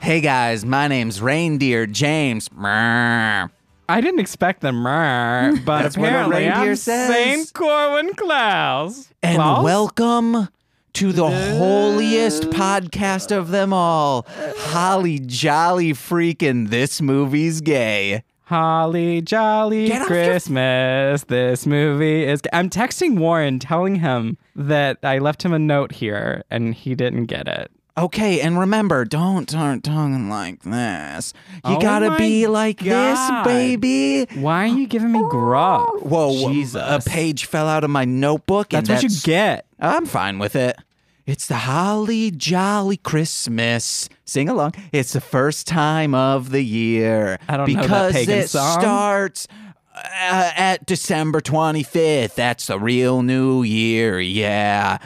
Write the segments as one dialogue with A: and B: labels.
A: Hey guys, my name's Reindeer James. Brrr.
B: I didn't expect them, rah, but
A: That's what a
B: apparently
A: reindeer
B: I'm
A: says.
B: Saint Corwin Klaus.
A: And
B: Klaus?
A: welcome to the holiest podcast of them all. Holly jolly freaking this movie's gay.
B: Holly Jolly
A: Get off your-
B: Christmas. This movie is. I'm texting Warren telling him that I left him a note here and he didn't get it.
A: Okay, and remember, don't start talking like this. You
B: Oh
A: gotta
B: my
A: be like
B: God.
A: this, baby.
B: Why are you giving me grub?
A: Whoa,
B: Jesus.
A: a page fell out of my notebook.
B: That's,
A: and
B: what you get.
A: I'm fine with it. It's the holly jolly Christmas. Sing along. It's the first time of the year.
B: I don't know that
A: because
B: pagan
A: it
B: song.
A: starts uh, at December 25th. That's the real new year. Yeah.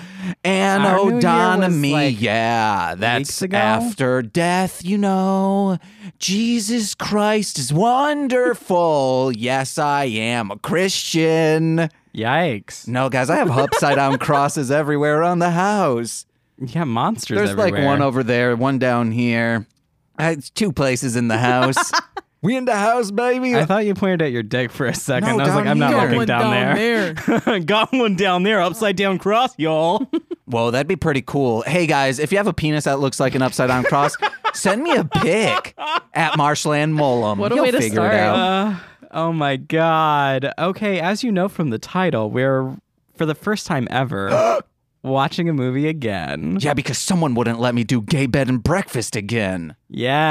A: And
B: Our new year was,
A: O'Donomy.
B: like,
A: yeah.
B: weeks
A: That's
B: ago?
A: after death, you know. Jesus Christ is wonderful. yes, I am a Christian.
B: Yikes.
A: No, guys, I have upside down crosses everywhere around the house.
B: Yeah, monsters.
A: There's like
B: everywhere.
A: one over there, one down here. Uh, It's two places in the house. we in the house, baby.
B: I thought you pointed at your dick for a second.
A: No,
B: I was like,
A: down
B: I'm not
A: here.
B: looking
A: One
B: down, there. Got one down there, upside down cross, y'all.
A: Whoa, that'd be pretty cool. Hey, guys, if you have a penis that looks like an upside down cross, send me a pic at Marshland Molum.
C: What a
A: You'll
C: way to
A: figure
C: start.
A: it out.
B: Uh, oh my god. Okay, as you know from the title, we're for the first time ever watching a movie again.
A: yeah, because someone wouldn't let me do gay bed and breakfast again.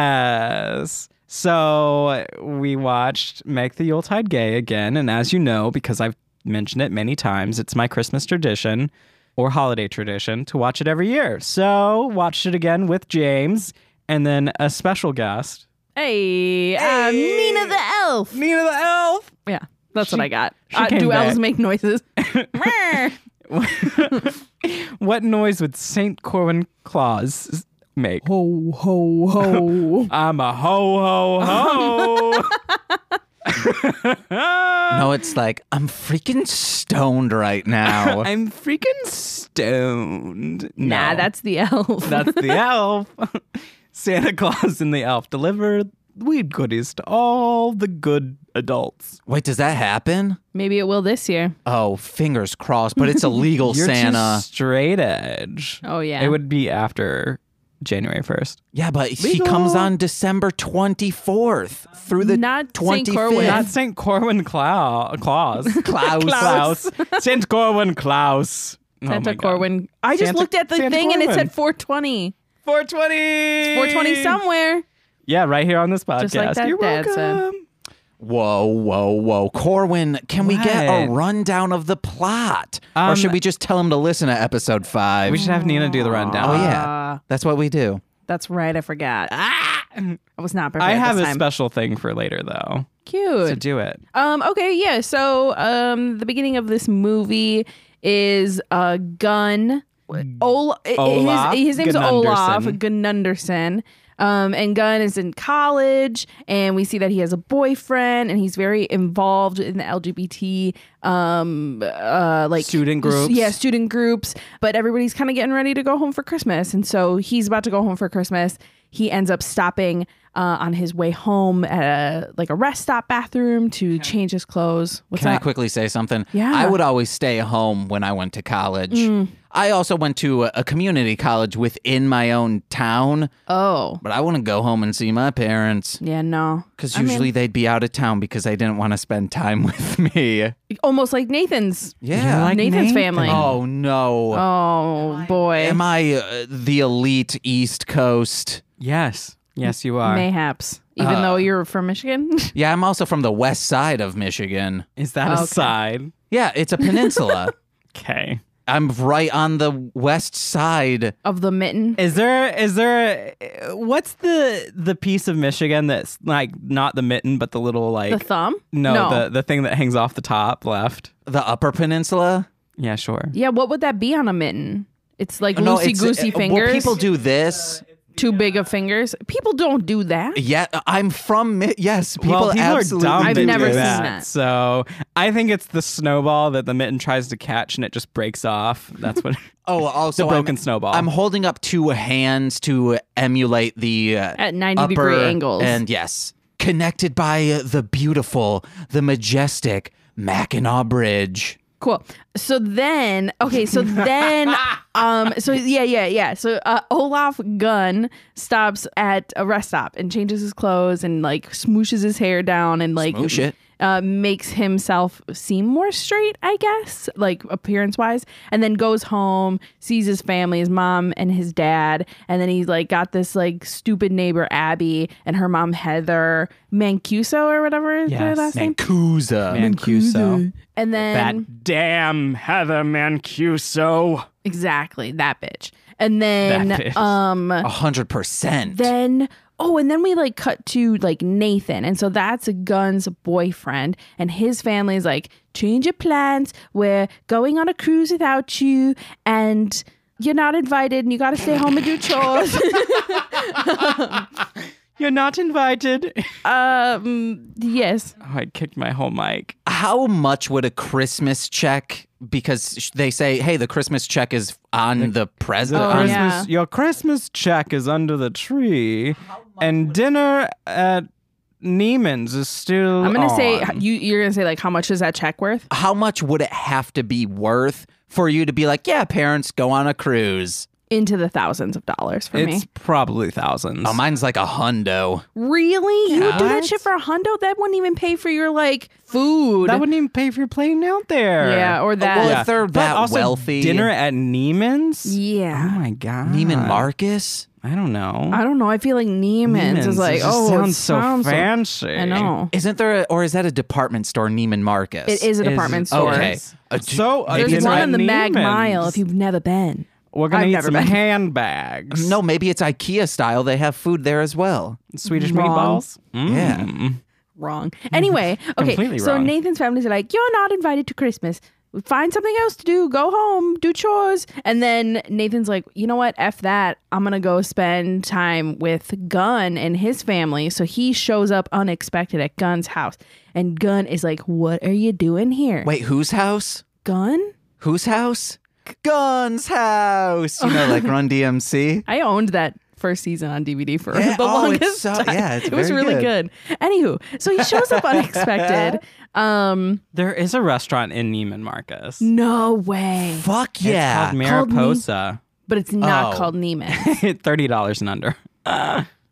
B: Yes. So we watched Make the Yuletide Gay again, and as you know, because I've mentioned it many times, it's my Christmas tradition or holiday tradition to watch it every year. So watched it again with James and then a special guest.
C: Hey, I'm Nina the elf.
B: Nina the Elf!
C: Yeah, that's what I got.
B: she
C: Uh,
B: came
C: do elves
B: back.
C: make noises? Meh.
B: What noise would Saint Corwin Claus make?
C: ho ho ho.
B: I'm a ho ho ho.
A: No, it's like, I'm freaking stoned right now.
B: I'm freaking stoned.
C: Nah,
B: No.
C: that's the elf.
B: that's the elf. Santa Claus and the elf deliver weed goodies to all the good adults.
A: Wait, does that happen?
C: Maybe it will this year.
A: Oh, fingers crossed, but it's illegal,
B: You're too
A: Santa.
B: straight edge.
C: Oh yeah.
B: It would be after January first.
A: Yeah, but he comes on December 24th through the
C: Not St.
A: 25th.
C: Corwin.
B: Not Saint Corwin Clau- Claus.
A: Klaus.
B: Klaus. Saint Corwin Klaus. Oh
C: Santa
B: my God.
C: Corwin. I just
B: Santa-
C: looked at the
B: Santa
C: thing and it
B: Corwin.
C: said 420.
B: 420.
C: 420 somewhere.
B: Yeah, right here on this podcast.
C: Just like that
B: You're
C: dad
B: welcome.
C: said.
A: Whoa, whoa, whoa. Corwin, can we get a
B: What?
A: rundown of the plot? or
B: Um,
A: should we just tell him to listen to episode five?
B: We should have Nina do the rundown.
A: oh, yeah.
C: Uh,
A: That's what we do.
C: that's right. I forgot. Ah! I was not prepared.
B: I have
C: this
B: a
C: time.
B: special thing for later though.
C: Cute.
B: So do it.
C: Um, okay, yeah. So um, the beginning of this movie is a gun. Ol-
B: Olaf
C: his, his name's Olaf
B: Gunnarsson.
C: Gunnarsson. Um, and Gunn is in college, and we see that he has a boyfriend, and he's very involved in the LGBT, um, uh, like
B: Student groups.
C: Yeah, student groups. But everybody's kind of getting ready to go home for Christmas, and so he's about to go home for Christmas. He ends up stopping uh, on his way home at a, like a rest stop bathroom to change his clothes. What's
A: Can I
C: up?
A: quickly say something?
C: Yeah. Mm.
A: I would always stay home when I went to college. I also went to a, a community college within my own town,
C: oh,
A: but I wouldn't go home and see my parents
C: yeah, no,
A: because
C: Mm. I mean-
A: usually they'd be out of town because they didn't want to spend time with me.
C: almost like Nathan's.
A: Yeah.
B: like Nathan.
C: Nathan's family.
A: oh no.
C: Oh boy,
A: Am I uh, the elite East Coast?
B: Yes. Yes, you are.
C: mayhaps. Even
A: Uh,
C: though you're from Michigan,
A: Yeah, I'm also from the west side of Michigan.
B: Is that a side?
A: Yeah, it's a peninsula.
B: Okay.
A: I'm right on the west side.
C: of the mitten.
B: Is there is there uh, what's the the piece of Michigan that's like not the mitten but the little like
C: The thumb?
B: no, the the thing that hangs off the top left?
A: The upper peninsula?
B: Yeah, sure.
C: yeah. What would that be on a mitten? It's like
A: No,
C: loosey
A: it's-
C: goosey
A: uh,
C: fingers.
A: Well, people do this.
C: too big of fingers. People don't do that.
A: Yeah, I'm from. Mi- Yes, people,
B: well, people are
A: absolutely.
B: dumb.
C: I've
B: to do
C: never seen
B: that.
C: that.
B: So I think it's the snowball that the mitten tries to catch and it just breaks off. That's what.
A: Oh, also
B: The broken
A: I'm,
B: snowball.
A: I'm holding up two hands to emulate the uh,
C: At 90 degree
A: upper-
C: angles.
A: and yes, connected by uh, the beautiful, the majestic Mackinac Bridge.
C: Cool. So then, okay, so then, um, so yeah, yeah, yeah. So uh, Olaf Gunn stops at a rest stop and changes his clothes and like smooshes his hair down and like
A: Smoosh it.
C: Uh, makes himself seem more straight, I guess, like appearance wise, and then goes home, sees his family, his mom and his dad, and then he's like got this like stupid neighbor Abby and her mom Heather Mancuso or whatever is their
B: Yes.
C: last name,
A: Mancuso.
B: Mancuso.
C: and then
B: That damn Heather Mancuso.
C: Exactly, that bitch. And then
B: That bitch.
C: um
A: A hundred percent.
C: then oh, and then we like cut to like Nathan. And so that's Gun's boyfriend and his family's like change your plans. We're going on a cruise without you and you're not invited and you got to stay home and do chores.
B: You're not invited. oh,
C: um yes.
A: Oh,
B: I kicked my whole mic.
A: How much would a Christmas check? Because sh- they say, hey, the Christmas check is on the, present.
C: Oh,
A: on-
C: yeah.
B: Christmas, your Christmas check is under the tree, and dinner at Neiman's is still.
C: I'm going to say
B: on.
C: you you're going to say like how much is that check worth?
A: How much would it have to be worth for you to be like, yeah, parents, go on a cruise?
C: Into the thousands of dollars for me.
B: it's probably thousands.
A: Oh, mine's like a hundo.
C: Really? You would do that
B: What?
C: shit for a hundo? That wouldn't even pay for your like food.
B: that wouldn't even pay for your plane out there.
C: Yeah, or that.
A: Well, if they're
B: But
A: that
B: also
A: wealthy,
B: Dinner at Neiman's.
C: yeah.
B: Oh my god.
A: Neiman Marcus.
B: I don't know.
C: I don't know. I feel like Neiman's,
B: Neiman's,
C: is like,
B: it just
C: oh, it
B: sounds so
C: sounds
B: fancy.
C: I know.
A: Isn't there, a, or is that a department store, Neiman Marcus?
C: It is a
B: Is-
C: department store.
A: Okay. Uh, d-
B: So uh,
C: There's
B: dinner
C: one
B: at
C: in the Mag
B: Neiman's.
C: Mile if you've never been.
B: We're gonna
C: I've
B: eat
C: never
B: some
C: been.
B: handbags.
A: No, maybe it's IKEA style. They have food there as well.
B: Swedish
C: Wrong.
B: meatballs. Mm.
A: Yeah.
C: Wrong. Anyway, okay.
B: Completely
C: so
B: wrong.
C: Nathan's family's like, you're not invited to Christmas. Find something else to do. Go home, do chores. And then Nathan's like, you know what? F that. I'm going to go spend time with Gunn and his family. So he shows up unexpected at Gunn's house. And Gunn is like, what are you doing here?
A: Wait, whose house?
C: Gunn?
A: Whose house? Gun's house. You know, like Run DMC.
C: I owned that first season on DVD for
A: Yeah,
C: the
A: oh, it's
C: longest
A: so-
C: time.
A: yeah, it's
C: it was
A: very
C: really good.
A: good.
C: Anywho, so he shows up unexpected. Um,
B: There is a restaurant in Neiman Marcus.
C: no way.
A: Fuck
B: It's called
A: yeah.
C: Called me.
B: Mariposa.
C: But it's not
A: Oh.
C: called Neiman.
B: Thirty dollars and under.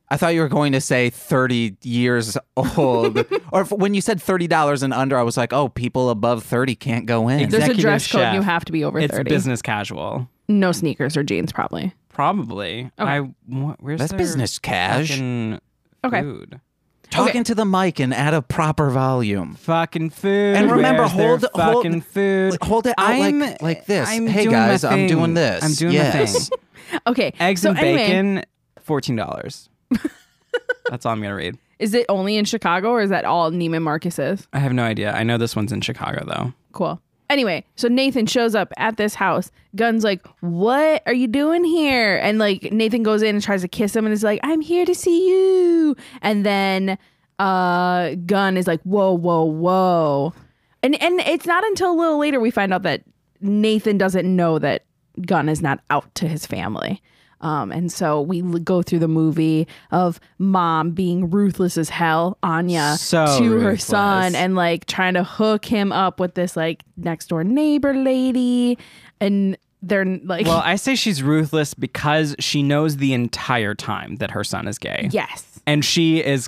A: I thought you were going to say 30 years old. or if, when you said $30 and under, I was like, oh, people above 30 can't go in.
B: Exactly.
C: There's a
B: Executive
C: dress code.
B: chef.
C: and You have to be over
B: It's
C: thirty.
B: business casual.
C: No sneakers or jeans, probably.
B: Probably. I. wh- Where's
A: That's
B: their
A: business cash.
B: Fucking
C: Okay.
B: Food.
A: Talking to the mic and at a proper volume.
B: Fucking food.
A: And remember,
B: Where's their
A: hold- hold-
B: fucking food.
A: like, hold it out like-
B: I'm,
A: like this.
B: I'm
A: Hey,
B: doing my
A: guys, I'm
B: thing.
A: doing this.
B: I'm doing my
A: Yes.
B: thing.
C: Okay.
B: Eggs
C: so
B: and
C: anyway,
B: bacon, fourteen dollars. That's all I'm gonna read.
C: Is it only in Chicago or is that all Neiman Marcus is?
B: I have no idea. I know this one's in Chicago though.
C: Cool. Anyway, so Nathan shows up at this house. Gun's like, "What are you doing here?" And like Nathan goes in and tries to kiss him, and is like, "I'm here to see you." And then uh, Gun is like, "Whoa, whoa, whoa," and and it's not until a little later we find out that Nathan doesn't know that Gun is not out to his family. Um, and so we l- go through the movie of mom being ruthless as hell, Anya
B: So
C: to her
B: ruthless.
C: son, and like trying to hook him up with this like next door neighbor lady, and they're like,
B: Well, I say she's ruthless because she knows the entire time that her son is gay.
C: yes,
B: And she is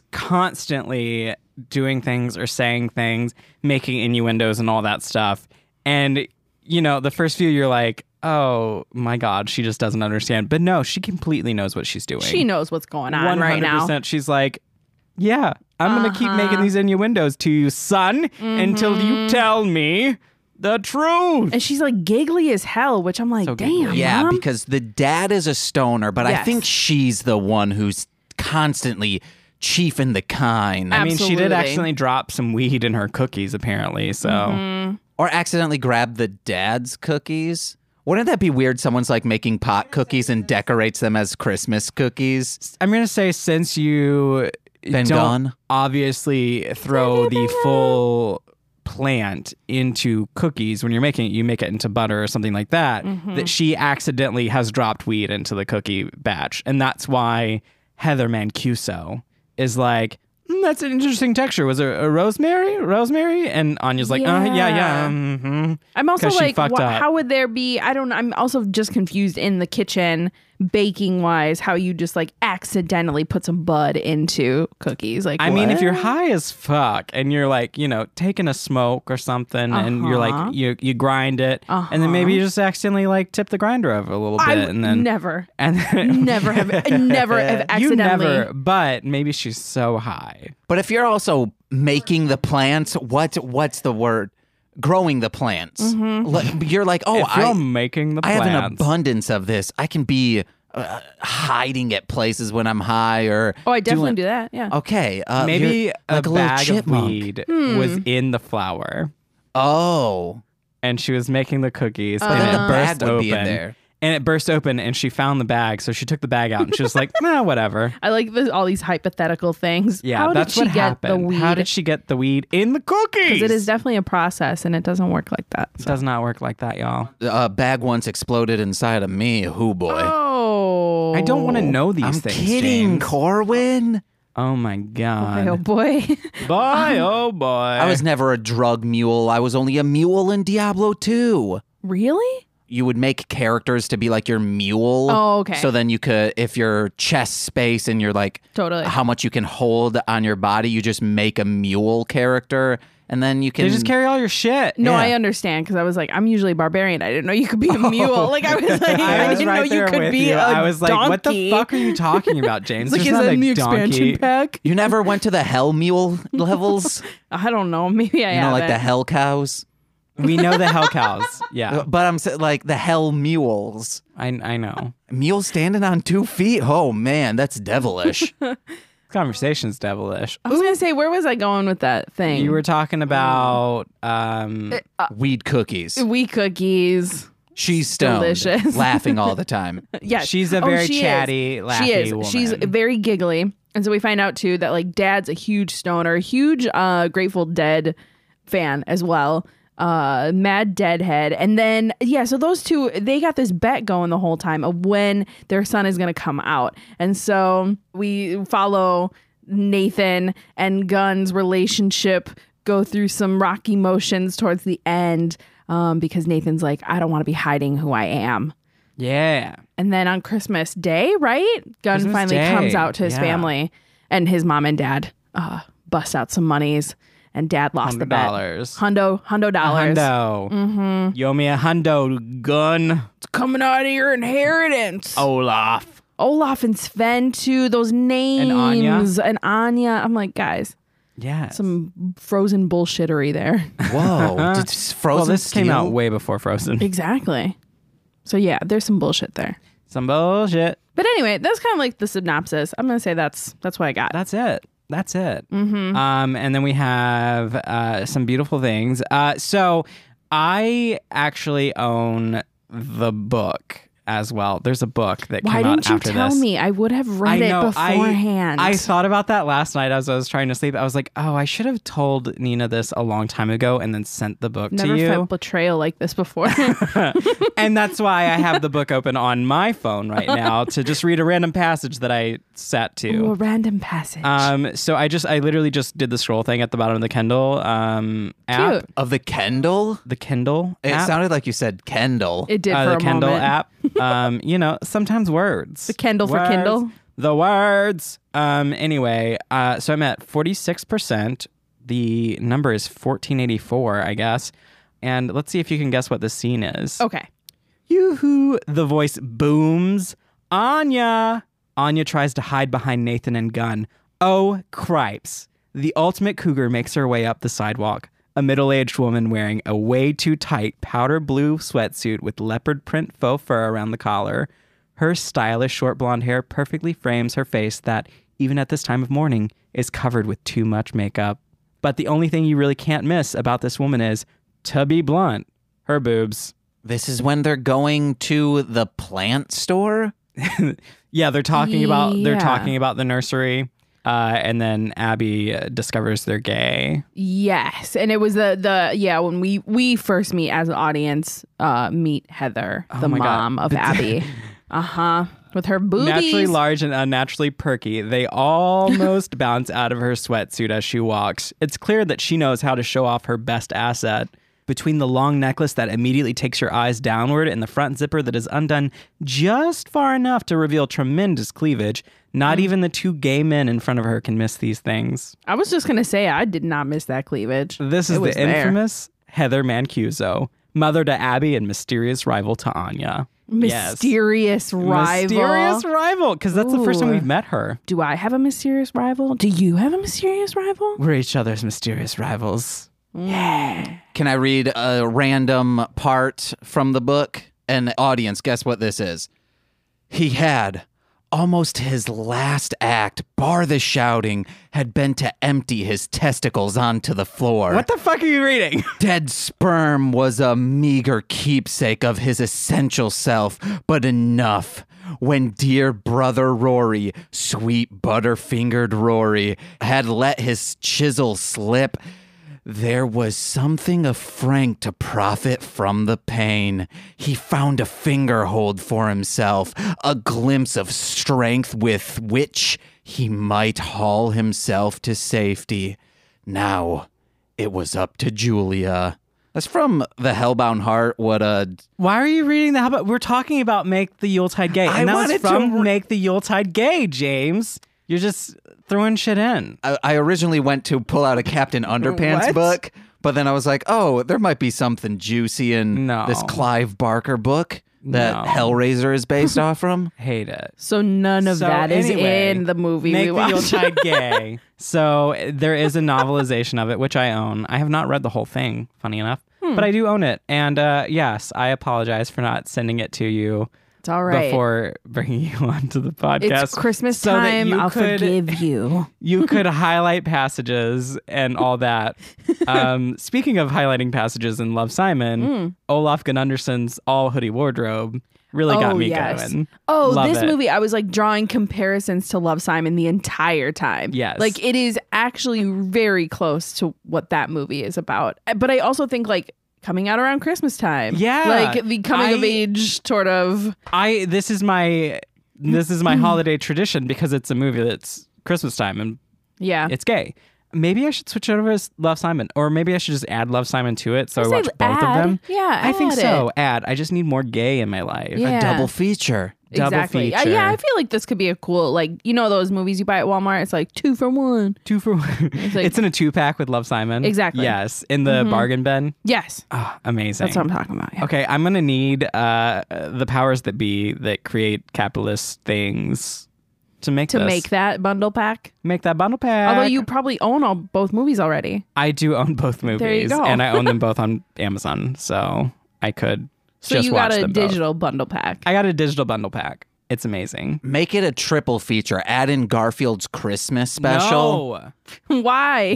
B: constantly doing things or saying things, making innuendos and all that stuff. And, you know, the first few you're like, oh my God, she just doesn't understand. But no, she completely knows what she's doing.
C: she knows what's going on right now.
B: She's like, yeah, I'm going to keep
C: Uh-huh.
B: making these innuendos to you, son, until
C: Mm-hmm.
B: you tell me the truth.
C: And she's like giggly as hell, which I'm like,
B: giggly.
C: damn,
A: Yeah,
C: Mom."
A: because the dad is a stoner, but I
C: Yes.
A: think she's the one who's constantly chiefing the kind
B: I mean, she did
C: Absolutely.
B: accidentally drop some weed
C: Mm-hmm.
B: in her cookies, apparently. So
A: or accidentally grab the dad's cookies. Wouldn't that be weird? Someone's like making pot cookies and decorates them as Christmas cookies.
B: I'm gonna say since you
A: Been
B: don't
A: gone?
B: obviously throw the full plant into cookies when you're making it, you make it into butter or something like that.
C: Mm-hmm.
B: That she accidentally has dropped weed into the cookie batch, and that's why Heather Mancuso is like. "Mm, that's an interesting texture. Was there a rosemary? Rosemary? And Anya's like, yeah, uh, yeah, yeah.
C: Yeah.
B: hmm
C: I'm also
B: 'Cause she
C: like,
B: fucked
C: wha-
B: up.
C: how would there be? I don't. I'm also just confused in the kitchen baking wise, how you just like accidentally put some bud into cookies. Like,
B: I mean, if
C: what?
B: you're high as fuck and you're like, you know, taking a smoke or something, and you're
C: Uh-huh.
B: like, you you grind it, and then
A: Uh-huh.
B: maybe you just accidentally like tip the grinder over a little bit,
C: I would
B: and then
C: never,
B: and then,
C: never have, never have
B: you
C: accidentally.
B: never. But maybe she's so high.
A: But if you're also making the plants, what what's the word? Growing the plants.
C: Mm-hmm.
A: Like, You're like, oh,
B: if you're
A: I,
B: making the
A: I
B: plans,
A: have an abundance of this. I can be uh, hiding at places when I'm high or.
C: Oh, I definitely
A: doing-
C: do that. Yeah.
A: Okay, uh,
B: maybe
A: you're like
B: a
A: little
B: bag of
A: chipmunk. Hmm.
B: weed was in the flour,
A: Oh,
B: and she was making the cookies, and
A: then
B: it
A: the
B: burst
A: bag would
B: open.
A: be in there.
B: And it burst open, and she found the bag. So she took the bag out, and she was like, "Nah, whatever."
C: I like this, all these hypothetical things.
B: Yeah,
C: how
B: that's
C: did she
B: what
C: get
B: happened.
C: the weed?
B: How did she get the weed in the cookies?
C: 'Cause it is definitely a process, and it doesn't work like that.
B: It does not work like that, y'all.
A: a bag once exploded inside of me. Hoo boy.
C: Oh,
B: I don't want to know these
A: I'm
B: things.
A: kidding,
B: James.
A: Corwin.
B: Oh my god.
C: Oh boy.
B: Boy, oh boy.
A: I was never a drug mule. I was only a mule in Diablo 2.
C: really?
A: You would make characters to be like your mule.
C: Oh, okay.
A: So then you could, if your chest space and you're like,
C: Totally.
A: how much you can hold on your body, you just make a mule character, and then you can.
B: They just carry all your shit.
C: No,
A: Yeah.
C: I understand because I was like, I'm usually barbarian. I didn't know you could be a mule. Like I was like, I,
B: Oh. was
C: didn't
B: right
C: know you
B: there
C: could
B: with
C: be
B: you.
C: a
B: I was like, what the
C: donkey.
B: fuck are you talking about,
C: It's
B: James?
C: like, is
B: There's
C: that
B: not
C: in the
B: a donkey.
C: expansion pack?
A: You never went to the hell mule levels,
C: I don't know. Maybe I
A: you know, like the
C: haven't.
A: hell cows.
B: We know the hell cows. Yeah,
A: Uh, But I'm sa- like the hell mules.
B: I, I know.
A: Mule standing on two feet. Oh man, that's devilish.
C: Uh,
B: This conversation's devilish.
C: I was gonna say, where was I going with that thing?
A: Mm.
B: You were talking about um,
C: Uh,
A: Weed cookies.
C: we cookies.
A: She's stoned,
C: Delicious.
A: laughing all the time.
C: Yes.
B: She's a
C: Oh,
B: very
C: she is.
B: chatty, laughy
C: She is.
B: woman.
C: She's very giggly. And so we find out too that like dad's a huge stoner, huge uh Grateful Dead fan as well. Uh mad deadhead. And then yeah, so those two they got this bet going the whole time of when their son is gonna come out. And so we follow Nathan and Gunn's relationship go through some rocky motions towards the end. Um, because Nathan's like, I don't want to be hiding who I am.
B: yeah.
C: And then on Christmas Day, right? Gunn
B: Christmas
C: finally
B: Day,
C: comes out to his
B: yeah.
C: family, and his mom and dad uh, bust out some monies, and dad lost the
B: Hundred
C: bet.
B: dollars.
C: Hundo, hundo dollars.
B: Hundo.
C: Mm-hmm.
B: You owe me a hundo gun,
C: It's coming out of your inheritance.
B: Oh. Olaf.
C: Olaf and Sven, too. Those names.
B: Anya.
C: And Anya. I'm like, guys,
B: Yeah.
C: some frozen bullshittery there.
A: Whoa, did s- Frozen
B: well, this came
A: steal?
B: out way before Frozen.
C: exactly. So, yeah, there's some bullshit there.
B: Some bullshit.
C: But anyway, that's kind of like the synopsis. I'm going to say that's that's what I got.
B: That's it. That's it. Mm-hmm. Um, and then we have uh, some beautiful things. Uh, so I actually own the book as well. There's a book that
C: Why
B: came out
C: didn't you
B: after
C: tell
B: this.
C: me? I would have read it
B: I-
C: beforehand.
B: I, thought about that last night as I was trying to sleep. I was like, oh, I should have told Nina this a long time ago and then sent the book
C: never
B: to you.
C: felt betrayal like this before.
B: and that's why I have the book open on my phone right now to just read a random passage that I sat
C: Ooh,
B: to.
C: a random passage.
B: Um, so I just, I literally just did the scroll thing at the bottom of the Kindle um, app.
C: Cute.
A: of the Kendall.
B: The Kindle
A: It
B: app.
A: sounded like you said Kendall.
C: It did
B: uh,
C: for
B: the
C: a
B: Kindle
C: moment.
B: app. Um, you know, sometimes words. The
C: Kindle for Kindle.
B: The words. Um, anyway, uh, so I'm at 46%. The number is 1484, I guess. And let's see if you can guess what the scene is.
C: Okay.
B: Yoo-hoo! The voice booms. Anya! Anya tries to hide behind Nathan and Gunn. Oh, cripes. The ultimate cougar makes her way up the sidewalk. A middle aged woman wearing a way too tight powder blue sweatsuit with leopard print faux fur around the collar. Her stylish short blonde hair perfectly frames her face that, even at this time of morning, is covered with too much makeup. But the only thing you really can't miss about this woman is, to be blunt, her boobs.
A: This is when they're going to the plant store.
B: Yeah, they're talking about they're
C: Yeah.
B: talking about the nursery, uh, and then Abby uh, discovers they're gay.
C: Yes, and it was the the yeah when we we first meet as an audience uh meet Heather, the
B: Oh my God.
C: mom of Abby. uh huh. With her
B: Naturally
C: boobies.
B: large and unnaturally perky, they almost bounce out of her sweatsuit as she walks. It's clear that she knows how to show off her best asset. Between the long necklace that immediately takes your eyes downward and the front zipper that is undone just far enough to reveal tremendous cleavage, not even the two gay men in front of her can miss these things.
C: I was just gonna say I did not miss that cleavage.
B: This is
C: It was
B: the
C: there.
B: infamous Heather Mancuso, mother to Abby and mysterious rival to Anya. Yes.
C: Mysterious rival.
B: Mysterious rival, because that's the first time
C: Ooh.
B: we've met her.
C: Do I have a mysterious rival? Do you have a mysterious rival?
B: We're each other's mysterious rivals.
C: Yeah.
A: Can I read a random part from the book? And audience, guess what this is? He had almost his last act, bar the shouting, had been to empty his testicles onto the floor.
B: What the fuck are you reading?
A: Dead sperm was a meager keepsake of his essential self, but enough. When dear brother Rory, sweet butterfingered Rory, had let his chisel slip, there was something of Frank to profit from the pain. He found a finger hold for himself, a glimpse of strength with which he might haul himself to safety. Now, it was up to Julia. That's from The Hellbound Heart. What uh, a.
B: Why are you reading that? How about we're talking about Make the Yuletide Gay.
A: I
B: And that was
A: wanted to
B: from
A: re-
B: Make the Yuletide Gay, James. You're just throwing shit in.
A: I, I originally went to pull out a Captain Underpants
B: What?
A: book, but then I was like, oh, there might be something juicy in
B: No.
A: this Clive Barker book that
B: No.
A: Hellraiser is based off from.
B: Hate it.
C: So none of
B: So
C: that is
B: anyway,
C: in the movie
B: Make
C: we
B: the
C: watched.
B: Yuletide Gay. So uh, there is a novelization of it, which I own. I have not read the whole thing, funny enough,
C: Hmm.
B: but I do own it. And uh, yes, I apologize for not sending it to you
C: It's all right.
B: before bringing you onto the
C: it's
B: podcast.
C: Christmas
B: so that
C: time.
B: you
C: I'll
B: could-
C: forgive you.
B: You could highlight passages and all that. Um, speaking of highlighting passages in Love Simon,
C: Hmm.
B: Olaf Gunnarsson's All Hoodie Wardrobe really got me going.
C: Oh,
B: Love
C: this
B: it.
C: movie, I was like drawing comparisons to Love Simon the entire time.
B: Yes.
C: Like it is actually very close to what that movie is about. Uh, But I also think like coming out around Christmas time.
B: Yeah.
C: Like the coming of
B: I-
C: age sort of.
B: I this is my this is my
C: Hmm.
B: holiday tradition because it's a movie that's Christmas time and
C: Yeah.
B: it's gay. Maybe I should switch it over to Love Simon, or maybe I should just add Love Simon to it so I
C: Say
B: watch both of
C: add.
B: them.
C: Yeah.
B: I think
C: add
B: so.
C: it.
B: Add. I just need more gay in my life.
C: Yeah.
A: Double feature.
B: double
C: exactly. Uh,
B: feature.
C: yeah, I feel like this could be a cool like you know those movies you buy at Walmart. It's like two for one.
B: Two for one. It's,
C: like-
B: in a two pack with Love Simon.
C: Exactly.
B: Yes, in the bargain bin.
C: Yes,
B: Oh, amazing.
C: that's what I'm talking about. Yeah.
B: Okay, I'm gonna need uh, the powers that be that create capitalist things to make
C: To
B: this.
C: make that bundle pack,
B: make that bundle pack.
C: although you probably own all both movies already.
B: I do own both movies,
C: go.
B: and I own them both on Amazon, so I could
C: So
B: just
C: you
B: watch
C: got a
B: them both.
C: digital bundle pack.
B: I got a digital bundle pack. It's amazing.
A: Make it a triple feature. Add in Garfield's Christmas special.
C: Why?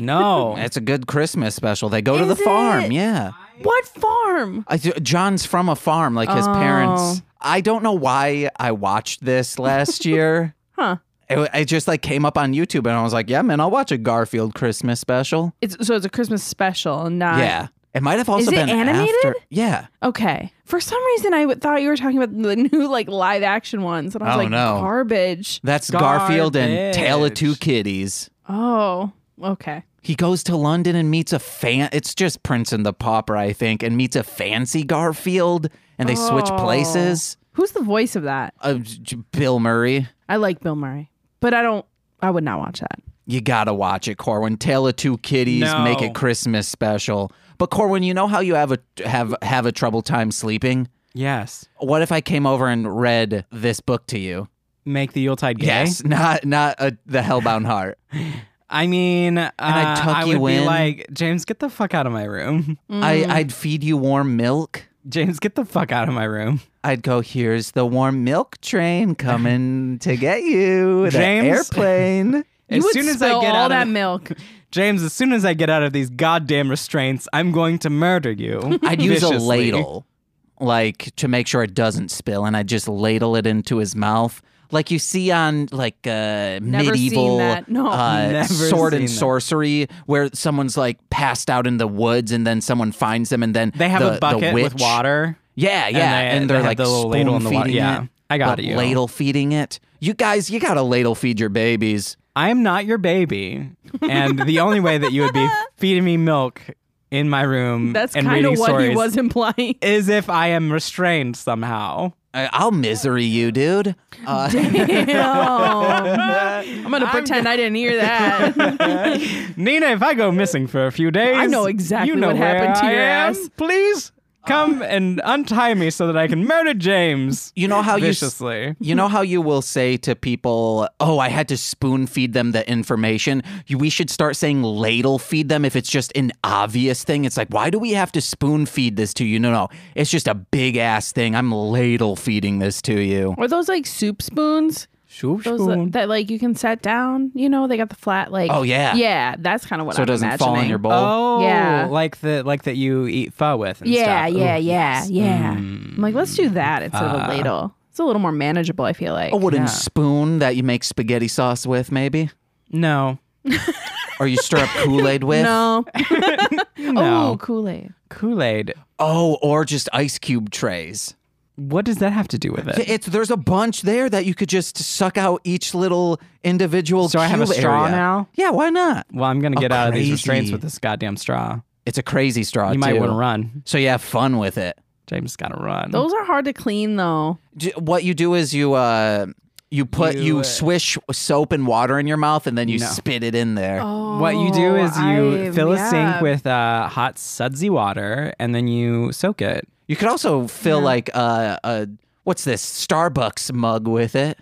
B: No, no.
A: It's a good Christmas special. They go to the
C: Is it?
A: farm. Yeah.
C: What farm?
A: I, John's from a farm, like his
C: Oh.
A: parents. I don't know why I watched this last year.
C: Huh.
A: It, it just like came up on YouTube, and I was like, "Yeah, man, I'll watch a Garfield Christmas special."
C: It's so it's a Christmas special, not
A: yeah, it might have also
C: Is it
A: been
C: animated?
A: After, yeah,
C: Okay. For some reason, I w- thought you were talking about the new like live action ones, and I was
A: Oh,
C: like,
A: no.
C: garbage.
A: that's Garfield and Tale of Two
B: Garbage.
A: Kitties.
C: Oh, okay.
A: He goes to London and meets a fan. It's just Prince and the Pauper, I think, and meets a fancy Garfield, and they switch
C: Oh.
A: places.
C: Who's the voice of that?
A: Uh, J- Bill Murray.
C: I like Bill Murray, but I don't. I would not watch that.
A: You gotta watch it, Corwin. Tale of Two Kitties, make
B: No.
A: it Christmas special. But Corwin, you know how you have a have have a trouble time sleeping.
B: Yes,
A: What if I came over and read this book to you?
B: make the Yuletide gay.
A: Yes, not not a, the Hellbound Heart.
B: I mean, uh,
A: I'd tuck
B: I would
A: you
B: be
A: in.
B: like, James, get the fuck out of my room.
A: I, I'd feed you warm milk.
B: James, get the fuck out of my room.
A: I'd go. Here's the warm milk train coming to get you. The
B: James?
A: airplane.
C: You
B: as
C: would
B: soon as I
C: spill
B: get
C: all
B: out
C: that
B: of
C: milk.
B: James, as soon as I get out of these goddamn restraints, I'm going to murder you.
A: I'd use a
B: viciously.
A: ladle, like to make sure it doesn't spill, and I just ladle it into his mouth. Like you see on like uh,
C: Never seen
A: medieval
C: that. No.
A: uh,
B: Never
A: sword and
B: seen that.
A: sorcery, where someone's like passed out in the woods, and then someone finds them, and then
B: They have
A: the-
B: a
A: the
B: bucket with
A: witch-
B: water.
A: Yeah, yeah,
B: they-
A: and, they,
B: they
A: are
B: have
A: like
B: the little ladle in the water.
A: spoon-feeding
B: Yeah.
A: it,
B: I got
A: but
B: you.
A: Ladle feeding it. You guys, you gotta ladle feed your babies.
B: I am not your baby, and the only way that you would be feeding me milk in my room
C: That's
B: and
C: kind
B: reading
C: of what
B: stories
C: he was implying.
B: is if I am restrained somehow.
A: I- I'll misery you, dude. Uh,
C: Damn. I'm gonna pretend I didn't hear that.
B: Nina, if I go missing for a few days,
C: I know exactly
B: you know
C: what
B: where
C: happened to
B: I
C: your
B: am.
C: ass.
B: Please come and untie me so that I can murder James.
A: you know how you s-
B: viciously.
A: You know how you will say to people, "Oh, I had to spoon feed them the information." You, we should start saying "ladle feed them" if it's just an obvious thing. It's like, why do we have to spoon feed this to you? No, no, it's just a big ass thing. I'm ladle feeding this to you.
C: Are those like soup spoons? Those uh, that like you can set down. You know, they got the flat like.
A: Oh, yeah.
C: Yeah, that's kind of what.
A: So
C: I'm
A: it doesn't fall in
C: imagining.
A: your bowl.
B: Oh,
C: Yeah.
B: like the like that you eat pho with. And
C: Yeah,
B: stuff.
C: yeah,
B: Ooh,
C: yeah,
B: yes.
C: yeah.
B: Mm.
C: I'm like, let's do that instead of a ladle. It's a little more manageable. I feel like.
A: Uh, a wooden
B: yeah.
A: spoon that you make spaghetti sauce with, maybe,
B: No,
A: or you stir up Kool Aid with.
C: no.
B: no.
C: Oh, Kool Aid.
B: Kool Aid.
A: Oh, or just ice cube trays.
B: What does that have to do with it?
A: It's there's a bunch there that you could just suck out each little individual.
B: So I have a
A: cube
B: straw
A: area.
B: now?
A: Yeah, why not?
B: Well, I'm gonna
A: Oh,
B: get out of these restraints
A: crazy.
B: with this goddamn straw.
A: It's a crazy straw.
B: You might
A: too.
B: want to run.
A: So you have fun with it.
B: James has gotta run.
C: Those are hard to clean though.
A: J- What you do is you uh you put
B: You,
A: you,
B: uh,
A: swish soap and water in your mouth and then you
B: No.
A: spit it in there.
C: Oh,
B: What you do is you
C: I-
B: fill a
C: yeah.
B: sink with uh, hot sudsy water and then you soak it.
A: You could also fill like a, a what's this Starbucks mug with it.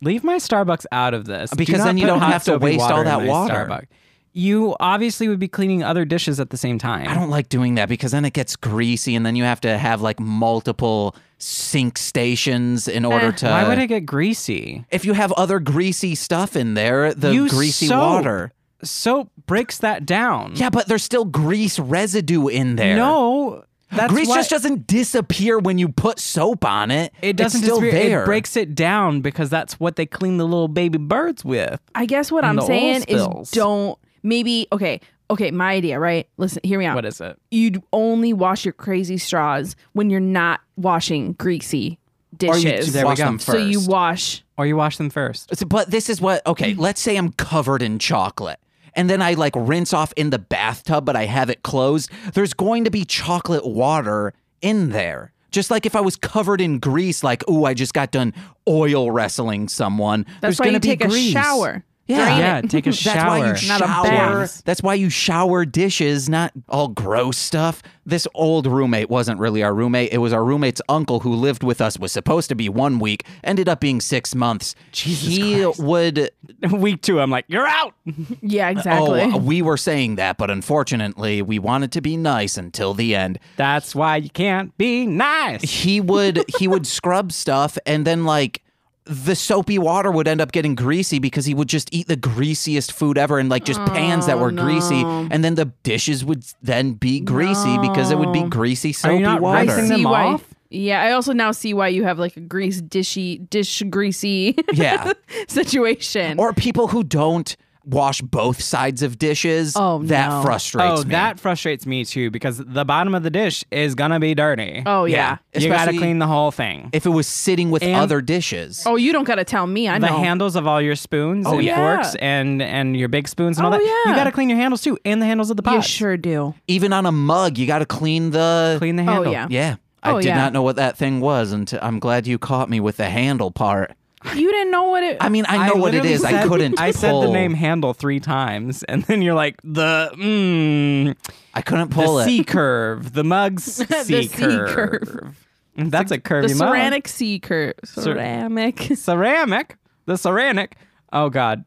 B: Leave my Starbucks out of this Do
A: Because
B: not
A: then you
B: put
A: don't
B: hot
A: have to
B: soapy
A: waste all
B: in
A: that
B: my
A: water.
B: Starbucks. You obviously would be cleaning other dishes at the same time.
A: I don't like doing that because then it gets greasy and then you have to have like multiple sink stations in order
C: Eh,
A: to.
B: Why would it get greasy?
A: if you have other greasy stuff in there, the
B: Use
A: greasy
B: soap.
A: water.
B: Soap breaks that down.
A: Yeah, but there's still grease residue in there.
B: No, that's
A: grease
B: why-
A: just doesn't disappear when you put soap on it.
B: It doesn't
A: it's still
B: disappear.
A: there.
B: It breaks it down because that's what they clean the little baby birds with.
C: I guess what
B: and
C: I'm
B: the oil
C: saying
B: spills.
C: is don't maybe okay okay my idea right. Listen, hear me out.
B: What is it?
C: You'd only wash your crazy straws when you're not washing greasy
A: or you
C: dishes.
A: just wash
B: go.
A: them
C: so
A: first.
C: you wash.
B: Or you wash them first.
A: So- But this is what okay,
B: Mm.
A: let's say I'm covered in chocolate. And then I like rinse off in the bathtub, but I have it closed. There's going to be chocolate water in there. Just like if I was covered in grease, like, ooh, I just got done oil wrestling someone.
C: That's
A: There's
C: why
A: gonna
C: you
A: be
C: take a
A: grease.
C: shower.
A: Yeah.
C: Drain
B: Yeah,
C: it.
B: take a shower.
A: That's why you
C: not a
A: shower.
C: bath.
A: That's why you shower dishes, not all gross stuff. This old roommate wasn't really our roommate. It was our roommate's uncle who lived with us. Was supposed to be one week, ended up being six months. Jesus he would.
B: Week two, I'm like, you're out.
C: Yeah, exactly.
A: Oh, we were saying that, but unfortunately, we wanted to be nice until the end.
B: That's why you can't be nice.
A: He would he would scrub stuff, and then like the soapy water would end up getting greasy because he would just eat the greasiest food ever and like just pans that
B: Oh,
A: were greasy and then the dishes would then be greasy because it would be greasy soapy
B: not
A: water
B: rinsing them
C: why.
B: off?
C: Yeah, I also now see why you have like a grease dishy dish greasy
A: yeah
C: situation.
A: or people who don't wash both sides of dishes
C: Oh,
A: that
C: no.
A: frustrates
B: Oh,
A: me
B: that frustrates me too because the bottom of the dish is gonna be dirty.
C: oh yeah.
B: you gotta
A: Especially
B: clean the whole thing.
A: if it was sitting with
B: And-
A: other dishes
C: Oh, you don't gotta tell me. I
B: The
C: know. Oh,
B: handles of all your spoons and
C: yeah.
B: forks and and your big spoons and all
C: Oh,
B: that. You
C: yeah.
B: gotta clean your handles too and the handles of the
C: you
B: pot.
C: sure do.
A: even on a mug, you got to clean the.
B: Clean the handle.
C: yeah.
A: yeah. I
C: Oh,
A: did
C: yeah.
A: not know what that thing was until I'm glad you caught me with the handle part.
C: You didn't know what it.
A: I mean, I know what it
B: literally
A: is. I
B: said-
A: couldn't.
B: I said the
A: pull-
B: name handle three times, and then you're like the mm,
A: I couldn't
B: the
A: pull it.
B: C curve, the mug's C,
C: The C
B: curve.
C: curve.
B: That's a curvy
C: the
B: mug.
C: ceramic C curve. Ceramic.
B: ceramic, the ceramic. Oh God,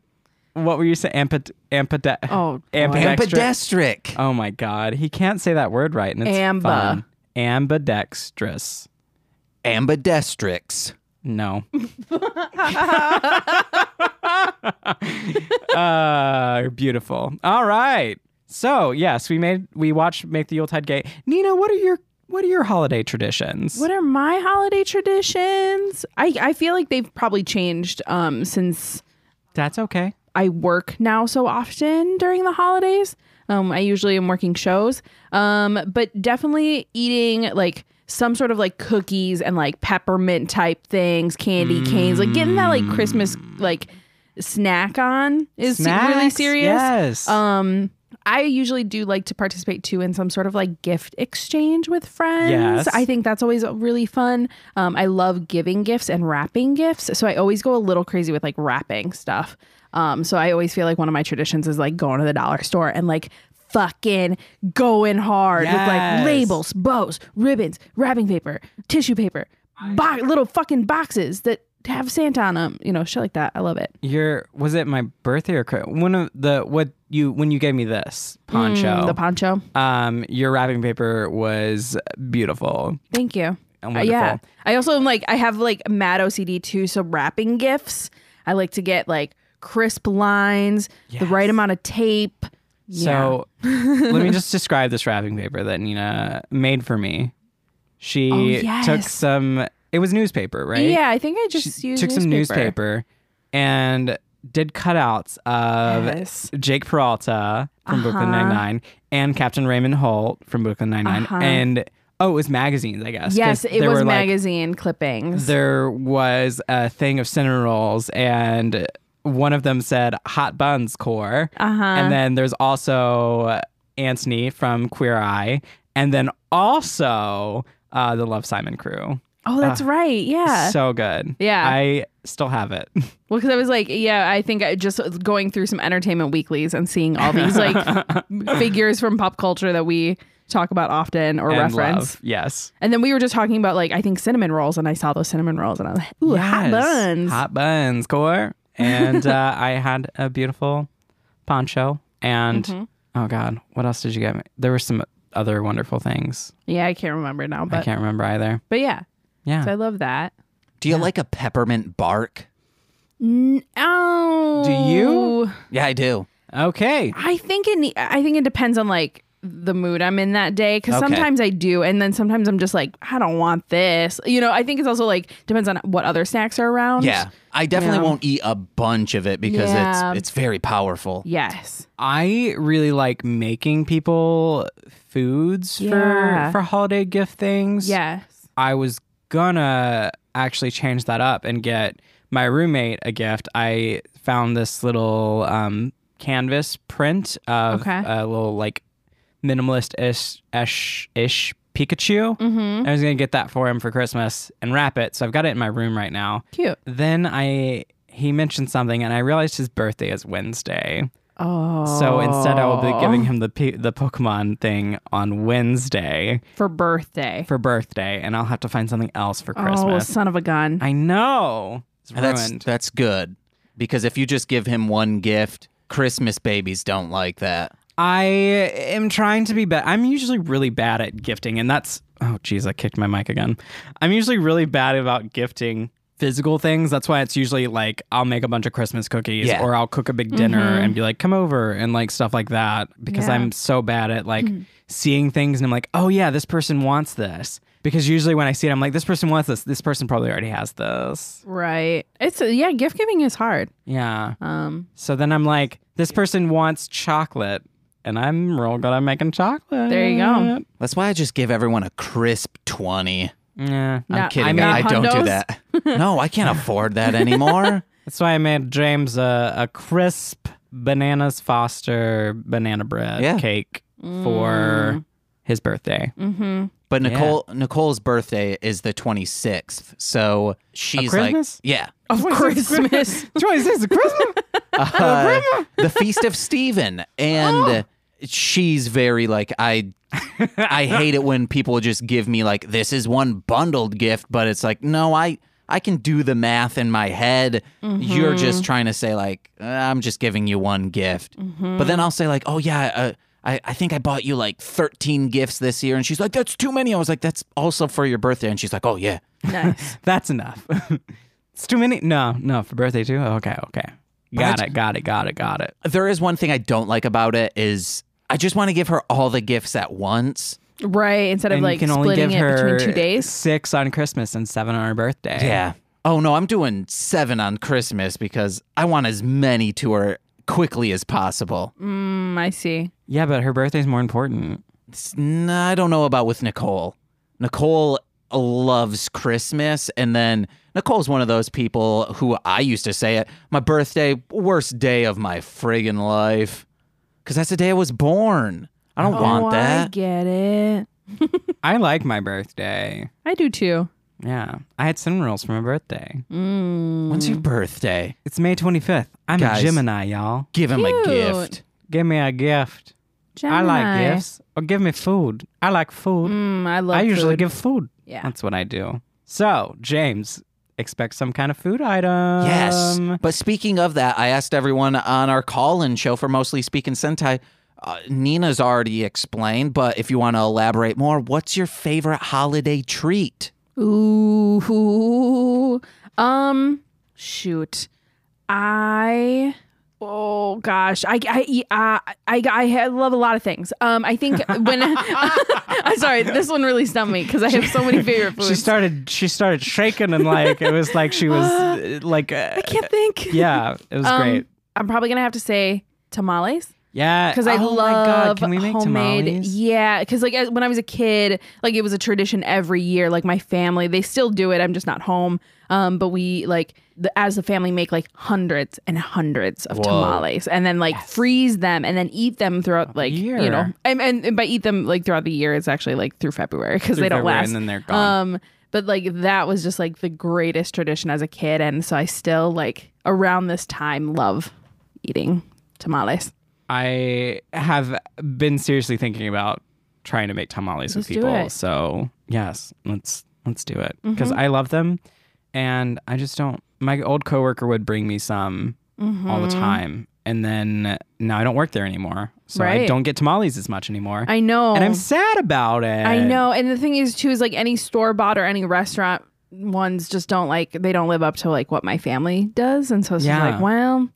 B: what were you saying? Ampid, ampide-
C: Oh, boy.
B: ambidextrous.
A: Ambidextric.
B: Oh my God, he can't say that word right, and it's
C: Amba.
B: fun. Ambidextrous.
A: Ambidextrics.
B: No. uh, beautiful. All right. So yes, we made we watched Make the Yuletide Gay. Nina, what are your What are your holiday traditions?
C: What are my holiday traditions? I, I feel like they've probably changed um, since
B: That's okay.
C: I work now so often during the holidays. Um, I usually am working shows, um, but definitely eating like some sort of like cookies and like peppermint type things, candy canes, like getting that like Christmas like snack on is really
B: Snacks?
C: serious.
B: Yes.
C: Um, I usually do like to participate too in some sort of like gift exchange with friends.
B: Yes.
C: I think that's always really fun. Um, I love giving gifts and wrapping gifts, so I always go a little crazy with like wrapping stuff. Um, so I always feel like one of my traditions is like going to the dollar store and like fucking going hard with like
B: Yes.
C: labels, bows, ribbons, wrapping paper, tissue paper, bo- little fucking boxes that have Santa on them. You know, shit like that. I love it.
B: your was it my birthday or cri- one of the what you when you gave me this poncho?
C: Mm, The poncho.
B: um, your wrapping paper was beautiful.
C: Thank you.
B: And
C: Uh, yeah.
B: wonderful.
C: I also am like I have like mad OCD too, so wrapping gifts. I like to get like crisp lines, the right amount of tape. Yeah.
B: So let me just describe this wrapping paper that Nina made for me. She
C: Oh, yes.
B: took some. It was newspaper, right?
C: yeah, I think I just
B: She
C: used
B: took some newspaper and did cutouts of
C: Yes. Uh-huh.
B: Jake Peralta from Brooklyn Nine Nine and Captain Raymond Holt from Brooklyn Nine and oh, it was magazines, I guess. 'cause
C: Uh-huh. Yes, it
B: there
C: was
B: were, like,
C: magazine clippings.
B: there was a thing of cinnamon rolls and one of them said hot buns core
C: Uh-huh.
B: and then there's also antony from queer eye and then also uh, the love simon crew
C: oh,
B: uh,
C: that's right. Yeah.
B: so good
C: Yeah.
B: i still have it
C: Well, because I was like, yeah, I think I just going through some entertainment weeklies and seeing all these like figures from pop culture that we talk about often or
B: And
C: reference.
B: love, yes
C: And then we were just talking about like I think cinnamon rolls, and I saw those cinnamon rolls, and I was like, ooh, hot
B: Yes.
C: buns.
B: hot buns core and uh, i had a beautiful poncho and
C: Mm-hmm.
B: oh god what else did you get me there were some other wonderful things
C: Yeah, I can't remember now,
B: i
C: but
B: can't remember either
C: but yeah,
B: yeah
C: so I love that.
A: Do you like a peppermint bark?
C: Oh,
B: Do you?
A: Yeah, I do.
B: Okay.
C: I think it. ne- I think it depends on like the mood I'm in that day because
A: Okay.
C: sometimes I do, and then sometimes I'm just like, I don't want this. You know, I think it's also like depends on what other snacks are around.
A: Yeah. I definitely
C: Yeah.
A: won't eat a bunch of it because
C: Yeah.
A: it's it's very powerful.
C: Yes.
B: I really like making people foods
C: Yeah.
B: for for holiday gift things.
C: Yes.
B: I was gonna actually change that up and get my roommate a gift. I found this little um, canvas print of
C: Okay.
B: a little like minimalist ish ish, ish Pikachu. Mm-hmm. I was gonna get that for him for Christmas and wrap it. So I've got it in my room right now.
C: Cute.
B: Then I he mentioned something and I realized his birthday is Wednesday.
C: Oh.
B: So instead, I will be giving him the P- the Pokemon thing on Wednesday
C: Oh. for birthday.
B: for birthday, and I'll have to find something else for
C: oh,
B: Christmas.
C: son of a gun.
B: I know. It's
A: And that's
B: ruined.
A: that's good because if you just give him one gift, Christmas babies don't like that.
B: I am trying to be better. I'm usually really bad at gifting, and that's oh geez, I kicked my mic again. I'm usually really bad about gifting physical things. That's why it's usually like I'll make a bunch of Christmas cookies
A: Yeah.
B: or I'll cook a big dinner and be like, come over and like stuff like that. Because
C: Yeah.
B: I'm so bad at like seeing things and I'm like, oh yeah, this person wants this. Because usually when I see it, I'm like, this person wants this. This person probably already has this.
C: Right. It's yeah, gift giving is hard.
B: Yeah.
C: Um
B: So then I'm like, this person wants chocolate. And I'm real good at making chocolate.
C: There you go.
A: That's why I just give everyone a crisp 20.
B: Yeah.
A: I'm
C: Not-
A: kidding.
B: I
A: I,
B: mean-
A: don't do
C: Hondos?
A: that. no, I can't afford that anymore.
B: That's why I made James a, a crisp bananas Foster banana bread
A: Yeah.
B: cake
C: Mm.
B: for his birthday.
A: But Nicole Nicole's birthday is the 26th. So she's like
B: Christmas?
A: yeah.
C: of Christmas.
B: Joyce, this is Christmas.
A: Uh, the feast of Stephen and she's very like I I hate it when people just give me like this is one bundled gift but it's like no I I can do the math in my head. You're just trying to say like "Uh, I'm just giving you one gift. But then I'll say like oh yeah uh, I, I think I bought you like 13 gifts this year and she's like that's too many. I was like that's also for your birthday and she's like oh yeah.
C: nice.
B: That's enough. it's too many. No, no, for birthday too. Okay, okay. Got
A: But-
B: it, got it, got it, got it.
A: There is one thing I don't like about it is I just want to give her all the gifts at once.
C: right? Instead of
B: and
C: like
B: you can only
C: splitting
B: give
C: it
B: her
C: between two days.
B: six on Christmas and seven on her birthday.
A: Yeah. Oh no, I'm doing seven on Christmas because I want as many to her quickly as possible.
C: Mm, I see.
B: yeah, but her birthday's more important.
A: It's- n- I don't know about with Nicole. Nicole loves Christmas, and then Nicole's one of those people who I used to say it. My birthday, worst day of my friggin' life, because that's the day I was born. I don't
C: oh,
A: want
C: I
A: that.
C: get it.
B: I like my birthday.
C: I do too.
B: Yeah, I had cinnamon rolls for my birthday.
C: Mm.
A: When's your birthday?
B: It's May 25th. I'm
A: Guys.
B: a Gemini, y'all.
A: Give him a
C: Cute.
A: gift.
B: Give me a gift. I like
C: Gemini.
B: gifts. Or give me food. I like food.
C: Mm, I love.
B: I usually
C: food.
B: give food.
C: Yeah.
B: That's what I do. So, James, expect some kind of food item.
A: Yes.
C: Um,
A: but speaking of that, I asked everyone on our call in show for Mostly Speaking Sentai. Uh, Nina's already explained, but if you want to elaborate more, what's your favorite holiday treat?
C: Ooh. Um. Shoot. I. Oh gosh. I I I I, I ha- love a lot of things. Um. I think when. I'm sorry. This one really stumped me because I have so many favorite foods.
B: She started. She started shaking and like it was like she was uh, like. Uh,
C: I can't think.
B: yeah, it was
C: Um,
B: great.
C: I'm probably gonna have to say tamales
B: Yeah,
C: because I
B: oh
C: love
B: my God, can we make
C: homemade.
B: Tamales?
C: Yeah, because like as- when I was a kid, like it was a tradition every year. Like my family, they still do it. I'm just not home. Um, but we like the, as a family make like hundreds and hundreds of tamales, and then like freeze them and then eat them throughout like you know,
B: year.
C: and, and, and by eat them like throughout the year, it's actually like through February because they don't
B: February,
C: last.
B: and then they're gone.
C: Um, but like that was just like the greatest tradition as a kid, and so I still like around this time love eating tamales.
B: I have been seriously thinking about trying to make tamales with
C: Let's do
B: people.
C: it. Mm-hmm.
B: So yes, let's let's do it because I love them, and I just don't. My old coworker would bring me some
C: Mm-hmm.
B: all the time, and then now I don't work there anymore, so I
C: Right.
B: don't get tamales as much anymore,
C: I know,
B: and I'm sad about it.
C: I know, and the thing is too is like any store bought or any restaurant ones just don't like they don't live up to like what my family does, and so it's just
B: Yeah.
C: like, well,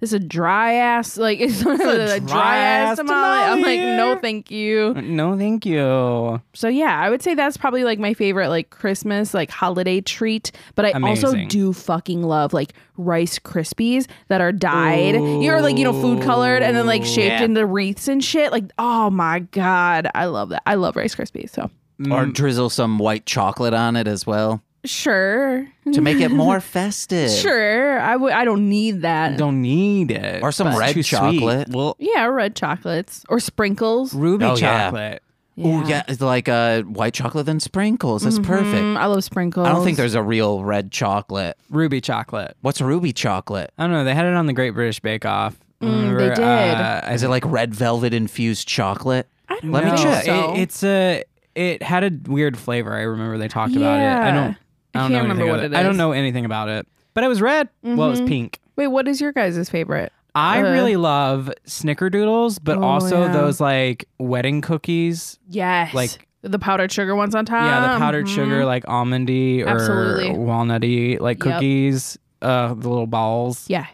C: this is a dry ass like it's a, dry ass
B: dry-ass
C: tamale. I'm like,
B: tamale.
C: no, thank you.
B: No, thank you.
C: So yeah, I would say that's probably like my favorite like Christmas like holiday treat. But I also
B: Amazing.
C: do fucking love like Rice Krispies that are dyed, you know, like you know, food colored and then like shaped
A: Yeah.
C: into wreaths and shit. Like, oh my god, I love that. I love Rice Krispies. So
A: Or
C: Mm.
B: Mm,
A: drizzle some white chocolate on it as well
C: sure,
A: to make it more festive.
C: sure. I would. I don't need that.
B: Don't need it.
A: Or some
B: It's
A: red
B: too sweet.
A: chocolate.
B: Well,
C: Yeah, red chocolates or sprinkles.
B: ruby
A: Oh, yeah.
B: chocolate.
A: Oh yeah, it's like uh, white chocolate and sprinkles. That's perfect.
C: Mm, I love sprinkles.
A: I don't think there's a real red chocolate.
B: Ruby chocolate.
A: What's ruby chocolate?
B: I don't know. They had it on the Great British Bake Off.
C: Mm, they
B: Remember,
C: did.
B: uh, I
A: Is
C: Mm.
A: it like red velvet infused chocolate?
C: I don't
A: Let me
C: know.
A: check.
C: So-
B: It, it's a. It had a weird flavor. I remember they talked about it. I don't.
C: Yeah.
B: I
C: I
B: don't
C: can't
B: know
C: remember
B: anything about
C: what it
B: I don't
C: is. Mm-hmm.
B: know anything about it. But it was red. Well, it was pink.
C: Wait, what is your guys' favorite?
B: I
C: Uh.
B: really love snickerdoodles, but also
C: Oh, yeah.
B: those like wedding cookies.
C: Yes.
B: Like-
C: the powdered sugar ones on top.
B: yeah, the powdered
C: Mhm.
B: sugar, like almondy or
C: Absolutely.
B: walnutty, like
C: Yep.
B: cookies. Uh, the little balls.
C: Yes.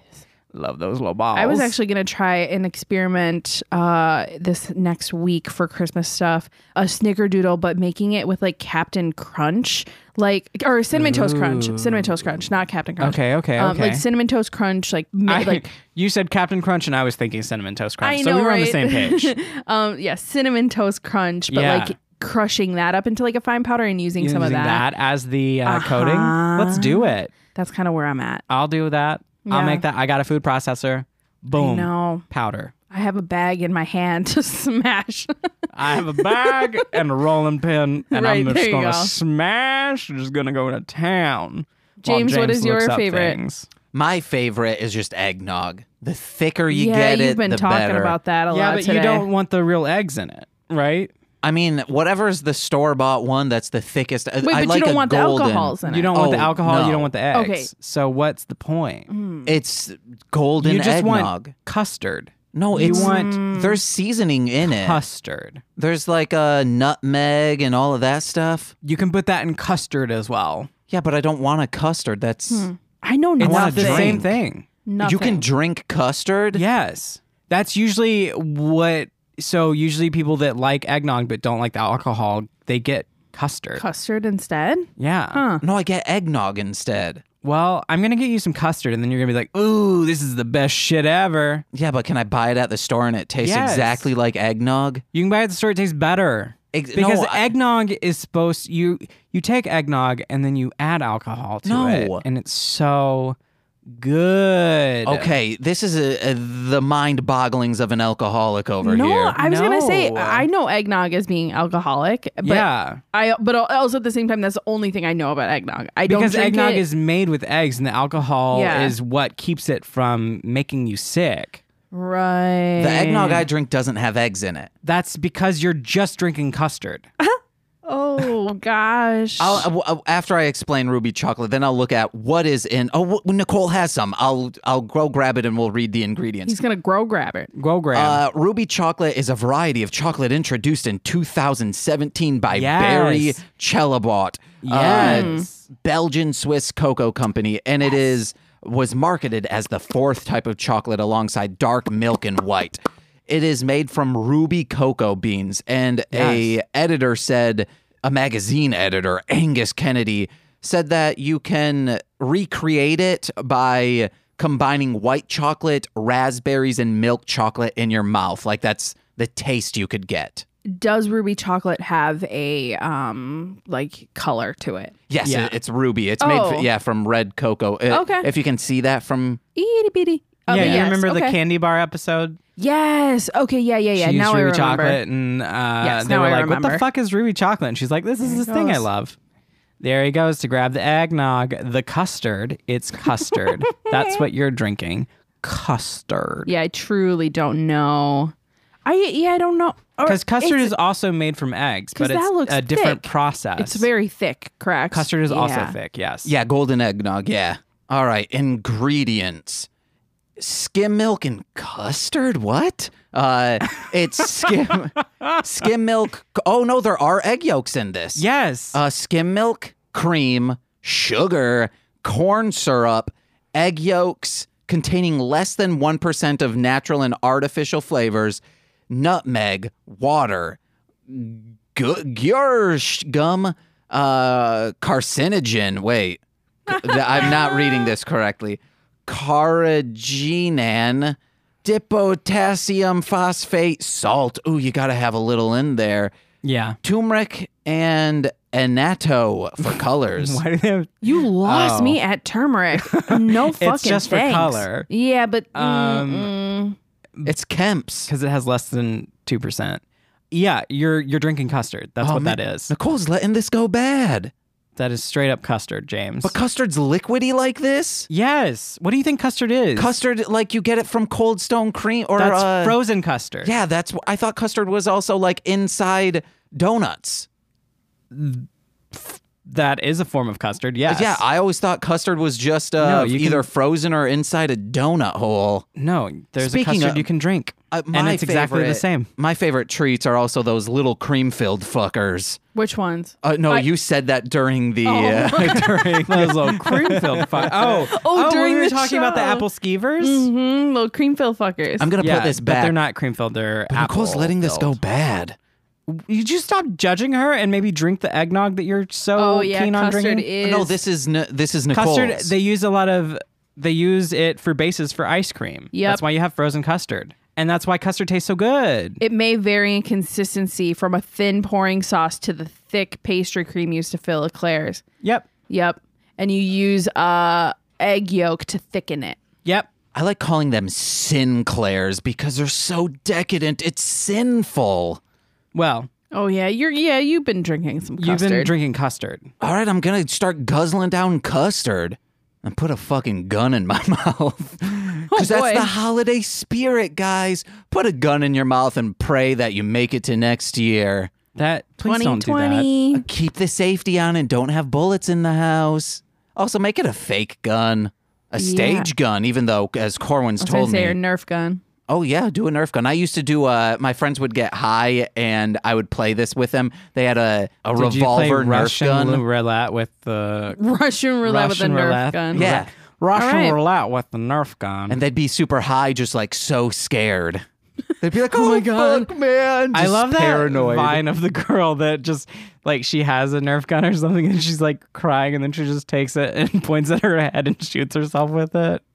B: Love those little balls.
C: I was actually going to try an experiment uh, this next week for Christmas stuff, a snickerdoodle, but making it with like Captain Crunch, like, or Cinnamon Toast Crunch, Cinnamon Toast Crunch, not Captain Crunch.
B: Okay, okay,
C: Um,
B: okay.
C: Like Cinnamon Toast Crunch, like, ma-
B: I,
C: like
B: you said Captain Crunch, and I was thinking Cinnamon Toast Crunch.
C: I
B: so
C: know,
B: we were on the
C: right?
B: same page.
C: um, yeah, Cinnamon Toast Crunch, but
B: Yeah.
C: like crushing that up into like a fine powder and using some of
B: Using
C: that.
B: as the uh, coating.
C: Uh-huh.
B: Let's do it.
C: That's kind of where I'm at.
B: I'll do that. I'll
C: Yeah.
B: make that. I got a food processor. Boom.
C: No,
B: Powder.
C: I have a bag in my hand to smash.
B: I have a bag and a rolling pin, and
C: Right,
B: I'm
C: there
B: just
C: you
B: gonna
C: go.
B: smash. Just gonna go to town. While
C: James, what is your
B: looks up
C: favorite?
B: things.
A: My favorite is just eggnog. The thicker you
C: yeah,
A: get it,
C: you've been
A: the
C: talking
A: better.
C: about that a
B: Yeah,
C: lot
B: but
C: today.
B: you don't want the real eggs in it, right?
A: I mean, whatever's the store bought one that's the thickest. Wait,
C: Wait,
A: I
C: but
A: like
C: you
A: a
C: don't want
A: golden.
C: the alcohols in
B: You
C: it.
B: don't want the
A: Oh,
B: alcohol. You
A: no.
B: don't want the eggs.
C: Okay. Mm.
B: So what's the point?
A: It's golden
B: You just
A: eggnog.
B: want custard.
A: no,
B: you
A: it's
C: Mm.
B: want-
A: there's seasoning in it.
B: Custard.
A: There's like a nutmeg and all of that stuff.
B: You can put that in custard as well.
A: Yeah, but I don't want a custard. That's
C: I know
B: It's
A: wanna
B: not
C: nothing.
B: the same
A: drink.
B: thing.
C: Hmm, Nothing.
A: you can drink custard.
B: Yes. That's usually what so usually people that like eggnog but don't like the alcohol, they get custard.
C: Custard instead.
B: yeah.
A: No, I get eggnog instead.
B: Well, I'm gonna get you some custard, and then you're gonna be like, "Ooh, this is the best shit ever."
A: Yeah, but can I buy it at the store and it tastes
B: Yes.
A: exactly like eggnog?
B: You can buy it at the store; it tastes better.
A: Ex-
B: because
A: no, I-
B: eggnog is supposed you you take eggnog and then you add alcohol to
A: No.
B: it, and it's so good.
A: Okay, this is a, a, the mind bogglings of an alcoholic over
C: no,
A: here.
C: I was gonna say
B: No.
C: I know eggnog as being alcoholic, but
B: yeah,
C: I but also at the same time that's the only thing I know about eggnog. I don't
B: because
C: drink
B: eggnog
C: it.
B: is made with eggs, and the alcohol
C: Yeah.
B: is what keeps it from making you sick.
C: right.
A: the eggnog I drink doesn't have eggs in it.
B: That's because you're just drinking custard.
C: Oh gosh.
A: I'll, uh, w- uh, after I explain Ruby Chocolate, then I'll look at what is in. Oh, w- Nicole has some. I'll I'll go grab it and we'll read the ingredients.
C: He's gonna grow grab it.
B: Go grab.
A: Uh, Ruby chocolate is a variety of chocolate introduced in 2017 by
B: Yes.
A: Barry Chelabot, Uh,
B: Yes.
A: Belgian Swiss cocoa company, and it is was marketed as the fourth type of chocolate alongside dark milk and white. It is made from ruby cocoa beans, and a editor said, a magazine editor, Angus Kennedy, said that you can recreate it by combining white chocolate, raspberries, and milk chocolate in your mouth. Like that's the taste you could get.
C: Does ruby chocolate have a um like color to it?
A: Yes,
B: Yeah.
A: it- it's ruby. It's made, f-
C: Oh.
A: yeah, from red cocoa. Uh,
C: Okay.
A: If you can see that from,
C: Itty bitty. Oh,
B: yeah, you
C: yes,
B: remember the
C: okay.
B: candy bar episode?
C: Yes. Okay. Yeah. Yeah. Yeah.
B: she
C: now
B: used
C: I
B: Ruby
C: remember.
B: chocolate, and uh,
C: Yes,
B: they
C: now
B: were
C: I
B: like, "What
C: remember." Oh
B: the fuck is Ruby chocolate?" And she's like, "This is this
C: he
B: thing I
C: goes.
B: love." There he goes to grab the eggnog, the custard. It's custard. That's what you're drinking, custard.
C: Yeah, I truly don't know. I yeah, I don't know. Or
B: Because custard
C: it's,
B: is also made from eggs,
C: 'Cause
B: but it's
C: that looks
B: a different
C: thick.
B: process.
C: it's very thick, correct?
B: custard is also
C: Yeah.
B: thick. Yes.
A: yeah, golden eggnog. Yeah. All right. Ingredients skim milk and custard. What? Uh, it's skim, skim milk. Oh, no, there are egg yolks in this.
B: Yes.
A: uh, skim milk, cream, sugar, corn syrup, egg yolks containing less than 1% of natural and artificial flavors, nutmeg, water, g- Giersch gum, uh, carcinogen. Wait, th- I'm not reading this correctly. Carrageenan, dipotassium phosphate, salt. Ooh, you got to have a little in there
B: yeah.
A: turmeric and annatto for colors.
B: Why do they have?
C: You lost
B: Oh.
C: me at turmeric. No fucking
B: just for
C: thanks.
B: color.
C: Yeah, but
B: Um,
C: mm, mm.
A: it's Kemp's.
B: Because it has less than two percent. Yeah, you're you're drinking custard. That's
A: Oh,
B: what
A: man.
B: that is.
A: Nicole's letting this go bad.
B: That is straight up custard, James.
A: But custard's liquidy like this?
B: yes. What do you think custard is?
A: Custard, like you get it from Cold Stone Cream or.
B: That's
A: uh,
B: frozen custard.
A: Yeah, that's. I thought custard was also like inside donuts.
B: That is a form of custard. Yes.
A: Yeah, uh, I always thought custard was just uh,
B: No, you
A: either
B: can-
A: frozen or inside a donut hole.
B: no, there's a
A: Speaking
B: custard
A: of-
B: you can drink.
A: Uh,
B: and
A: my
B: it's exactly the
A: favorite-
B: same.
A: My favorite treats are also those little cream filled fuckers.
C: which ones?
A: Uh, no,
C: I-
A: you said that during the.
C: Oh.
A: Uh,
B: during those little cream filled fun. Oh, oh,
C: during
B: we were
C: the
B: talking about the
C: show.
B: apple skeevers.
C: Mm-hmm, little cream fill fuckers. Oh,
A: I'm gonna
B: Yeah,
A: Mm. put this
B: but
A: back.
B: they're not cream filled. They're apple.
A: Nicole's letting this go
B: filled.
A: bad.
B: You just stop judging her and maybe drink the eggnog that you're so
C: oh yeah,
B: keen on
C: custard
B: drinking.
C: is
A: Uh, no, this is Ni- this is Nicole's.
B: custard. They use a lot of. They use it for bases for ice cream.
C: Yep.
B: That's why you have frozen custard, and that's why custard tastes so good.
C: It may vary in consistency from a thin pouring sauce to the thick pastry cream used to fill eclairs.
B: yep.
C: Yep. And you use uh egg yolk to thicken it.
B: Yep.
A: I like calling them Sinclairs because they're so decadent. It's sinful.
B: Well,
C: Oh yeah, you're yeah, you've been drinking some
B: you've
C: custard.
B: been drinking custard.
A: All right, I'm gonna start guzzling down custard and put a fucking gun in my mouth. Because that's
C: boy.
A: the holiday spirit, guys. Put a gun in your mouth and pray that you make it to next year.
B: That please don't do that.
C: 2020.
A: Keep the safety on and don't have bullets in the house. Also, make it a fake gun, a stage gun. Even though, as Corwin's
C: I was
A: told
C: gonna
A: me,
C: say your Nerf gun.
A: Oh yeah, do a Nerf gun. I used to do. Uh, my friends would get high, and I would play this with them. They had a a
B: Did Oh, you play
A: revolver Nerf
B: Russian
A: gun.
B: roulette with the
C: Russian roulette
B: Russian
C: with a Nerf
B: roulette?
C: gun.
A: Yeah.
B: Russian
C: All right.
B: roulette with the Nerf gun.
A: and they'd be super high, just like so scared. They'd be like, "Oh, my god, fuck, man!"
B: I
A: Just
B: love that
A: paranoid.
B: vine of the girl that just like she has a Nerf gun or something and she's like crying and then she just takes it and points at her head and shoots herself with it.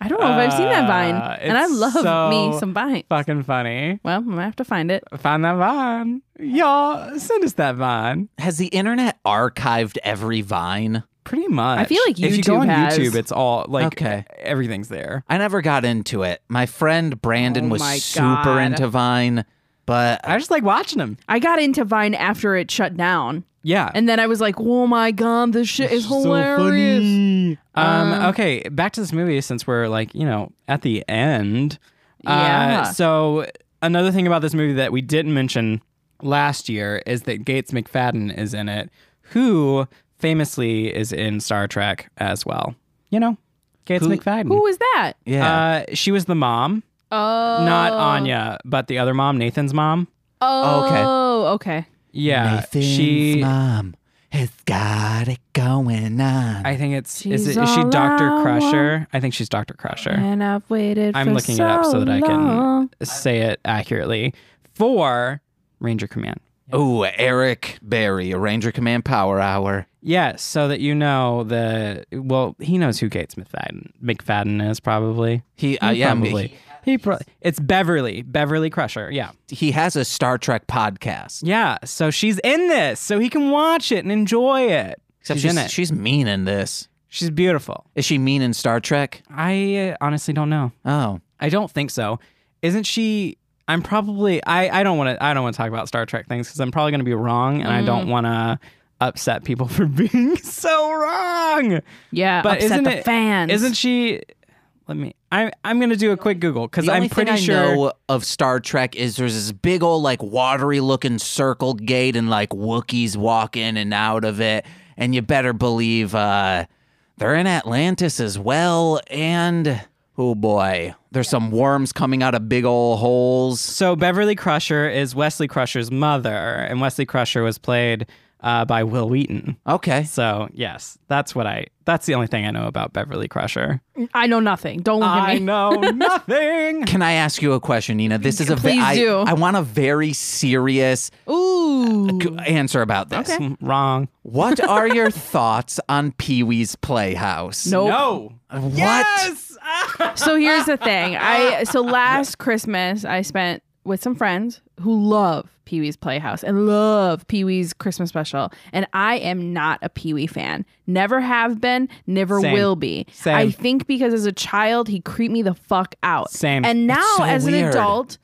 C: I don't know if I've seen that vine,
B: Uh,
C: and I
B: it's
C: love me
B: so
C: some vines.
B: Fucking funny.
C: Well, I'm gonna have to find it.
B: Find that vine. Y'all, send us that vine.
A: Has the internet archived every vine?
B: Pretty much.
C: I feel like
B: if you go
C: YouTube
B: on
C: has-
B: YouTube, it's all like
A: Okay.
B: everything's there.
A: I never got into it. My friend Brandon
C: Oh my
A: was super
C: God.
A: into Vine, but
B: I just like watching them.
C: I got into Vine after it shut down,
B: Yeah.
C: and then I was like, "Oh my god, this shit is hilarious!"
B: Um, okay, back to this movie since we're like, you know, at the end.
C: Yeah.
B: Uh, so another thing about this movie that we didn't mention last year is that Gates McFadden is in it, who famously is in Star Trek as well. You know, Gates
A: Who-
B: McFadden.
C: Who was that?
A: yeah,
B: Uh, she was the mom,
C: Oh,
B: not Anya, but the other mom, Nathan's mom.
A: okay.
C: Oh, okay.
B: Yeah,
A: Nathan's
B: she.
A: mom has got it going on.
B: I think it's
C: She's
B: is it is she
C: all
B: Doctor
C: I want.
B: Crusher? I think she's Doctor Crusher.
C: And I've waited.
B: I'm
C: for
B: looking
C: so
B: it up so that I
C: long.
B: can say it accurately. For Ranger Command.
A: oh, Eric Barry, a Ranger Command Power Hour.
B: Yes, so that you know the well, he knows who Gates McFadden McFadden is probably.
A: He, uh, yeah,
B: probably. He, pro- it's Beverly, Beverly Crusher. Yeah,
A: He, he has a Star Trek podcast.
B: yeah. So she's in this, so he can watch it and enjoy it.
A: Except she's,
B: she's, in it.
A: she's mean in this.
B: she's beautiful.
A: Is she mean in Star Trek?
B: I uh, honestly don't know.
A: Oh,
B: I don't think so. Isn't she? I'm probably. I, I don't want to. I don't want to talk about Star Trek things because I'm probably going to be wrong, and I
A: Mm.
B: don't want to upset people for being so wrong.
C: Yeah,
B: But
C: upset
B: isn't
C: the
B: it-
C: fans.
B: Isn't she? Let me. I I'm going to do a quick Google because
A: the only
B: I'm pretty
A: thing I
B: sure.
A: know of Star Trek is there's this big old like watery looking circle gate and like Wookiees walk in and out of it, and you better believe uh, they're in Atlantis as well. And oh boy, there's some worms coming out of big old holes.
B: So Beverly Crusher is Wesley Crusher's mother, and Wesley Crusher was played uh, by Will Wheaton.
A: Okay,
B: So yes, that's what I. That's the only thing I know about Beverly Crusher.
C: I know nothing. Don't look
B: I
C: at me.
B: know nothing.
A: can I ask you a question, Nina? This is a ve-
C: Please
A: I-
C: do.
A: I want a very serious
C: Ooh,
A: c- answer about this.
C: Mm. Okay.
B: wrong.
A: What are your thoughts on Pee Wee's Playhouse? Uh,
C: nope.
B: No.
A: What?
B: Yes.
C: so here's the thing. I so last Christmas I spent with some friends who love Pee Wee's Playhouse and love Pee Wee's Christmas special. And I am not a Pee Wee fan. Never have been, never
B: Same.
C: will be.
B: Same.
C: I think because as a child, he creeped me the fuck out.
B: Same.
C: And now
A: so
C: as an
A: weird.
C: adult,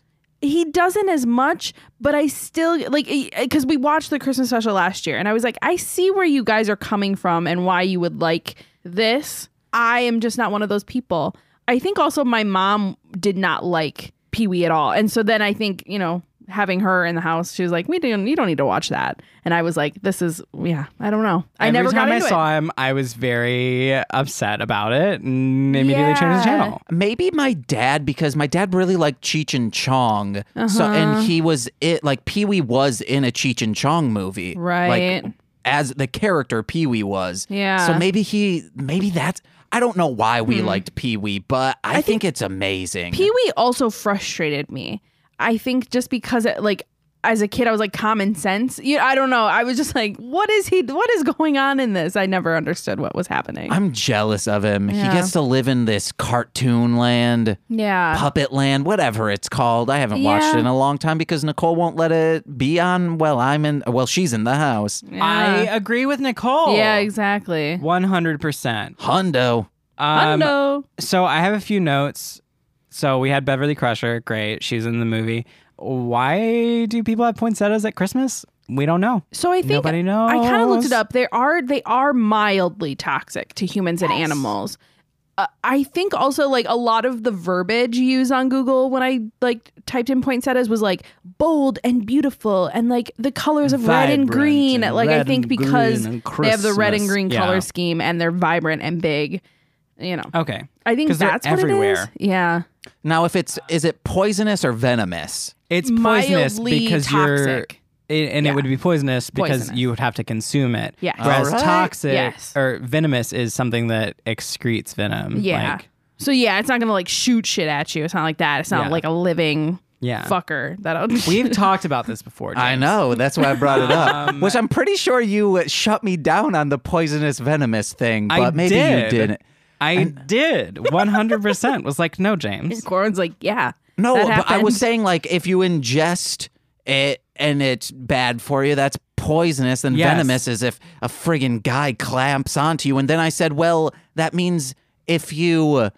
C: he doesn't as much, but I still like because we watched the Christmas special last year, and I was like, I see where you guys are coming from and why you would like this. I am just not one of those people. I think also my mom did not like Pee Wee at all, and so then I think you know having her in the house, she was like, we don't, you don't need to watch that, and I was like, this is yeah, I don't know, I
B: Every
C: never
B: time
C: got into
B: I
C: it.
B: saw him, I was very upset about it and immediately changed the
C: Yeah.
B: channel.
A: Maybe my dad because my dad really liked Cheech and Chong. So
C: Uh-huh.
A: and he was it like Pee Wee was in a Cheech and Chong movie,
C: Right.
A: Like as the character Pee Wee was.
C: Yeah. Hmm.
A: So maybe he maybe that's I don't know why we liked Pee Wee, but I, think, it's amazing.
C: Pee Wee also frustrated me. I think just because it, like as a kid I was like common sense. You, I don't know. I was just like, what is he? What is going on in this? I never understood what was happening.
A: I'm jealous of him.
C: Yeah.
A: He gets to live in this cartoon land,
C: yeah.
A: puppet land, whatever it's called. I haven't watched
C: Yeah.
A: it in a long time because Nicole won't let it be on. Well, I'm in. Well, she's in the house.
B: I
C: yeah.
B: agree with Nicole.
C: yeah. Exactly.
B: One hundred percent. Um,
A: Hundo.
C: I don't know.
B: So I have a few notes. So we had Beverly Crusher, great. She's in the movie. Why do people have poinsettias at Christmas? We don't know.
C: So I think
B: Nobody knows.
C: I kind of looked it up. They are they are mildly toxic to humans and animals. Uh, I think also like a lot of the verbiage used on Google when I like typed in poinsettias was like bold and beautiful and like the colors of red and
B: Vibrant
C: green.
B: and
C: like I
B: red
C: think
B: and green
C: because
B: and
C: they have the red and
B: Christmas.
C: green
B: Yeah.
C: color scheme and they're vibrant and big. You know,
B: Okay.
C: I think
B: 'Cause they're
C: that's what it is.
B: everywhere.
C: Yeah,
A: Now, if it's is it poisonous or venomous?
B: It's poisonous
C: Mildly
B: because you're
C: toxic.
B: it, and
C: Yeah.
B: it would be poisonous because
C: Poisonous.
B: you would have to consume it.
C: Yes.
B: Whereas
A: Alright.
B: toxic
C: Yes.
B: or venomous is something that excretes venom.
C: yeah.
B: Like,
C: so yeah, it's not gonna like shoot shit at you. It's not like that. It's not
B: Yeah.
C: like a living
B: Yeah.
C: fucker that I'll
B: We've talked about this before.
A: I
B: James.
A: know. That's why I brought it up.
B: Um,
A: Which I'm pretty sure you uh, shut me down on the poisonous venomous thing, but
B: I
A: maybe
B: did.
A: you didn't.
B: I did. 100% was like, no, James.
C: Corin's like, yeah.
A: No,
C: that
A: but I
C: happened.
A: was saying like if you ingest it and it's bad for you, that's poisonous and
B: Yes.
A: venomous is if a friggin' guy clamps onto you. And then I said, well, that means if you uh,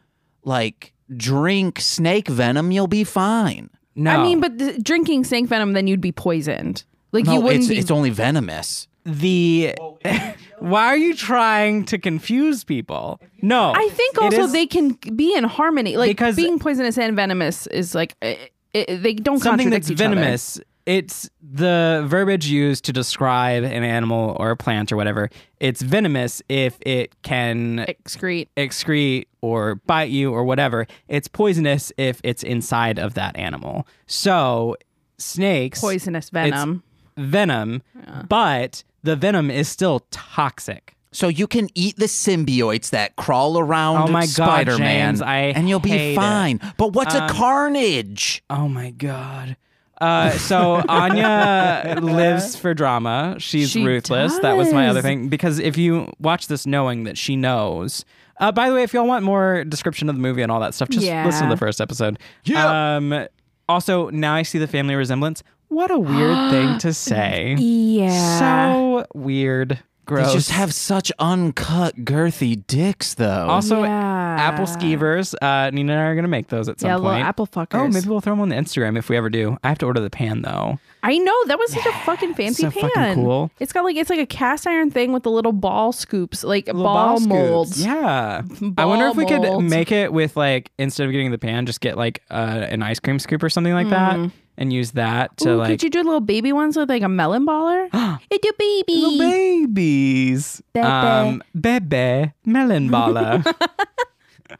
A: like drink snake venom, you'll be fine.
B: No.
C: I mean, but th- drinking snake venom, then you'd be poisoned. Like you
A: No,
C: wouldn't
A: it's,
C: be.
A: it's only venomous.
B: the. Why are you trying to confuse people? No.
C: I think
B: It
C: also
B: is-
C: they can be in harmony. Like
B: Because-
C: being poisonous and venomous is like it, it, they don't
B: something
C: contradict
B: that's
C: each other.
B: venomous. It's the verbiage used to describe an animal or a plant or whatever. It's venomous if it can
C: Excrete.
B: excrete or bite you or whatever. It's poisonous if it's inside of that animal. So snakes
C: Poisonous venom.
B: venom, but the venom is still toxic.
A: So you can eat the symbiotes that crawl around
B: Oh my God,
A: Spider-Man
B: James, I
A: and you'll be
B: hate it. Um,
A: fine. But what's a carnage?
B: Oh my god. Uh, so Anya lives for drama. She's
C: She
B: ruthless. That was my other
C: does.
B: thing because if you watch this knowing that she knows. Uh, by the way, if y'all want more description of the movie and all that stuff, just
C: Yeah.
B: listen to the first episode.
A: Yeah.
B: Um, also, now I see the family resemblance. What a weird thing to say.
C: Yeah.
B: So weird. Gross.
A: They just have such uncut, girthy dicks, though.
B: also
C: Yeah.
B: apple skeevers. Uh, Nina and I are gonna make those at some
C: yeah, little
B: point.
C: apple fuckers.
B: Oh, maybe we'll throw them on the Instagram if we ever do. I have to order the pan though.
C: I know that was such a fucking fancy
B: so
C: pan.
B: fucking cool.
C: It's got like it's like a cast iron thing with the little ball scoops, like
B: Little
C: ball,
B: scoops.
C: molds.
B: Yeah. I wonder if we
C: molds.
B: could make it with like instead of getting the pan, just get like uh, an ice cream scoop or something like that, and use that to
C: Mm. Ooh,
B: like
C: could you do little baby ones with like a melon baller? it's a baby.
B: little babies.
C: Bebe.
B: Um, bebe melon baller.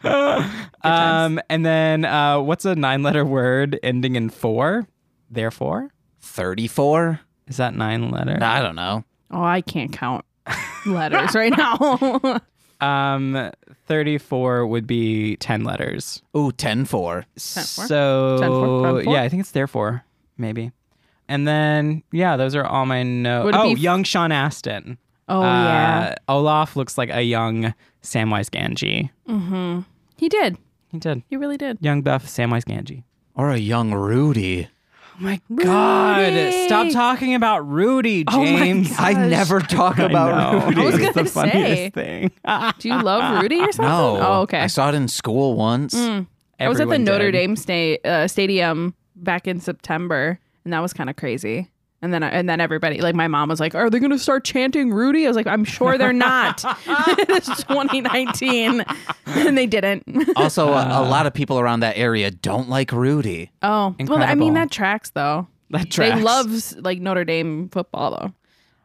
B: um, and then uh, what's a nine-letter word ending in four? Therefore,
A: 34?
B: is that nine letter?
A: I don't know.
C: Oh, I can't count letters right now.
B: Um, thirty-four would be ten letters.
A: Ooh, 10 4.
C: four?
B: So
C: Ten four? Round four?
B: yeah, I think it's therefore maybe. And then yeah, those are all my
C: Would
B: notes.
C: it
B: Oh,
C: be-
B: young Sean Astin.
C: oh
B: Uh,
C: yeah,
B: Olaf looks like a young Samwise Ganji.
C: he did.
B: He did.
C: He really did.
B: Young buff Samwise Ganji.
A: Or a young Rudy.
B: Oh my god!
C: Rudy!
B: Stop talking about Rudy,
C: Oh my
B: James.
C: God.
A: I never talk
B: I know.
A: about Rudy.
C: I was
B: It's the
C: gonna say.
B: funniest thing.
C: Do you love Rudy or something?
A: No.
C: Oh, okay. Mm.
A: I saw it in school once.
C: I was at the
B: Everyone
C: Notre
B: did.
C: Dame sta- uh, stadium back in September, and that was kind of crazy. And then, I, and then everybody, like my mom was like, "Are they going to start chanting Rudy?" I was like, "I'm sure they're not." It's 2019, and they didn't.
A: Also, a,
C: Uh.
A: a lot of people around that area don't like Rudy.
C: oh, well, I mean
B: Incredible.
C: that tracks though.
B: That tracks.
C: They love like Notre Dame football though.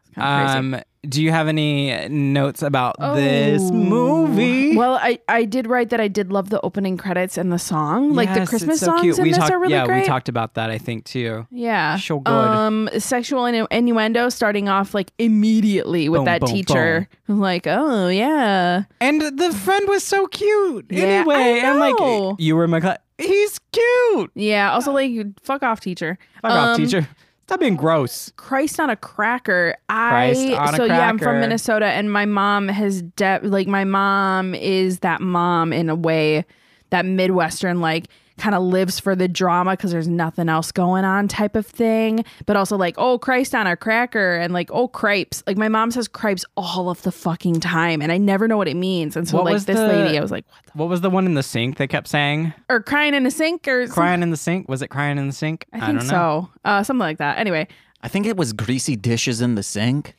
C: It's kinda crazy. Oh.
B: Um, do you have any notes about this movie?
C: Well, I, I did write that I did love the opening credits and the song. Like
B: Yes,
C: the
B: it's
C: Christmas
B: so
C: songs
B: cute.
C: in
B: we
C: this
B: talked,
C: are really
B: yeah,
C: great.
B: we talked about that, I think, too.
C: yeah.
B: So good.
C: Um sexual innu- innuendo starting off like immediately with
B: Boom,
C: that
B: boom,
C: teacher. Like, oh yeah.
B: And the friend was so cute.
C: Yeah,
B: anyway,
C: I
B: and
C: know.
B: like you were my class. He's cute.
C: Yeah. Also like fuck off teacher.
B: Fuck
C: Um,
B: off, teacher. Stop being gross.
C: Christ on a cracker. I
B: Christ on a
C: so yeah, I'm from
B: cracker.
C: Minnesota, and my mom has de- like my mom is that mom in a way that Midwestern like kind of lives for the drama because there's nothing else going on type of thing. But also like oh Christ on a cracker and like oh cripes. Like my mom says cripes all of the fucking time, and I never know what it means. And so
B: What
C: like
B: was
C: this
B: the-
C: lady, I was like what
B: What was the one in the sink they kept saying?
C: the- or crying in a sink or some-
B: Crying in the sink? Was it crying in the sink?
C: I think so, uh, something like that. Anyway,
A: I think it was greasy dishes in the sink.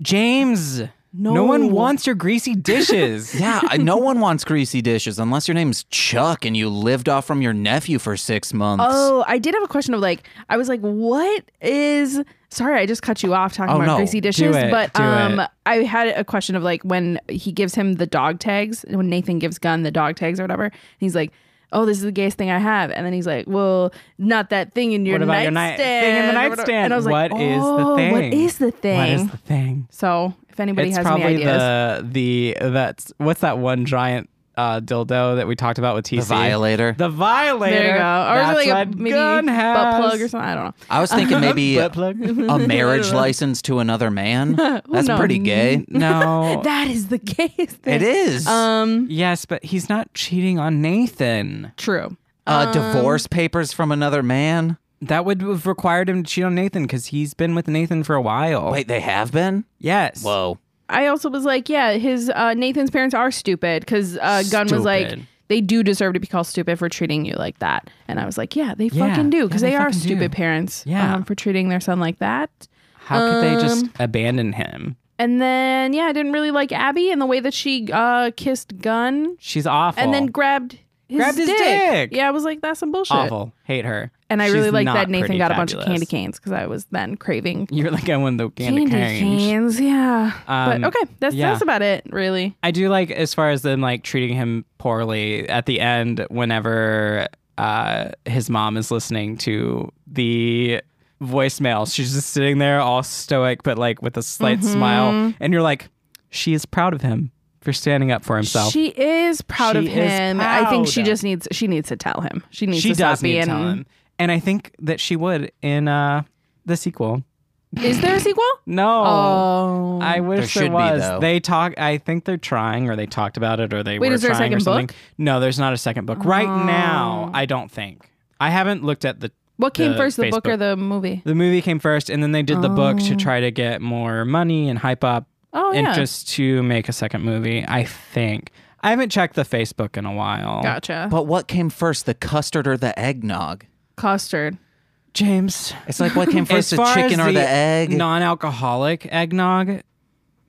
B: James, no.
C: No.
B: one wants your greasy dishes.
A: Yeah, I, no one wants greasy dishes unless your name's Chuck and you lived off from your nephew for six months.
C: Oh, I did have a question of like, I was like, what is? Sorry, I just cut you off talking
A: Oh,
C: about
A: no.
C: greasy dishes,
B: it.
C: but
B: Do
C: um,
B: it.
C: I had a question of like when he gives him the dog tags, when Nathan gives Gunn the dog tags or whatever, and he's like. Oh, this is the gayest thing I have, and then he's like, "Well, not that thing in your
B: What about your night
C: nightstand."
B: thing in the
C: or whatever.
B: nightstand?
C: And I was like,
B: What is the
C: "Oh, What
B: thing?
C: is the thing?"
B: what is the thing?
C: so, if anybody
B: it's
C: has any
B: probably
C: ideas,
B: the the that's what's that one giant uh, dildo that we talked about with TC.
A: The violator.
B: The violator.
C: There you go. Or is
B: That's
C: it like a
B: what
C: maybe
B: Gun
C: butt
B: has.
C: plug or something. I don't know.
A: I was thinking
C: Uh-huh.
A: maybe
B: Butt
A: a,
B: plug.
A: a marriage license to another man. That's
C: knows?
A: pretty gay.
B: no.
C: That is the gayest thing.
A: It is.
C: Um,
B: yes, but he's not cheating on Nathan.
C: true.
A: uh, divorce papers from another man.
B: That would have required him to cheat on Nathan because he's been with Nathan for a while.
A: Wait, they have been?
B: Yes.
A: Whoa.
C: I also was like, yeah, his uh, Nathan's parents are stupid because uh, Gunn was like,
B: Stupid.
C: they do deserve to be called stupid for treating you like that. And I was like, yeah, they
B: Yeah.
C: fucking do because
B: Yeah,
C: they,
B: they
C: are
B: fucking do.
C: stupid parents
B: Yeah.
C: um, for treating their son like that.
B: How could they
C: Um,
B: just abandon him?
C: And then, yeah, I didn't really like Abby and the way that she uh, kissed Gunn
B: She's awful.
C: and then grabbed. His
B: Grabbed his
C: dick.
B: dick.
C: Yeah, I was like, that's some bullshit.
B: awful. Hate her.
C: And I
B: She's
C: really liked that
B: not
C: Nathan
B: pretty
C: got a bunch of
B: fabulous.
C: candy canes because I was then craving
B: You're like I won the candy,
C: candy
B: canes.
C: canes. Yeah.
B: Um,
C: but okay, that's
B: yeah.
C: that's about it, really.
B: I do like as far as them like treating him poorly at the end whenever uh his mom is listening to the voicemail. She's just sitting there all stoic but like with a slight
C: Mm-hmm.
B: smile and you're like she is proud of him for standing up for himself.
C: She is proud of
B: She is
C: him. I think she
B: proud.
C: just needs she needs to tell him. She needs
B: she
C: to
B: does
C: stop being.
B: need to tell him. And I think that she would in uh the sequel.
C: Is there a sequel?
B: No.
C: Oh,
B: I
A: There
B: wish there,
A: should be,
B: was.
A: though.
B: they talk. I think they're trying, or they talked about it, or they
C: Wait,
B: were
C: is there a
B: trying or
C: second
B: something.
C: book?
B: No, there's not a second book right now. I don't think. I haven't looked at the.
C: what came
B: the
C: first, the book
B: Facebook.
C: or the movie?
B: The movie came first, and then they did the book to try to get more money and hype up
C: Oh yeah,
B: interest to make a second movie. I think. I haven't checked the Facebook in a while.
C: gotcha.
A: But what came first, the custard or the eggnog?
C: Custard.
B: James,
A: It's like what came first,
B: as
A: the
B: far
A: chicken
B: as
A: or the egg?
B: non-alcoholic eggnog,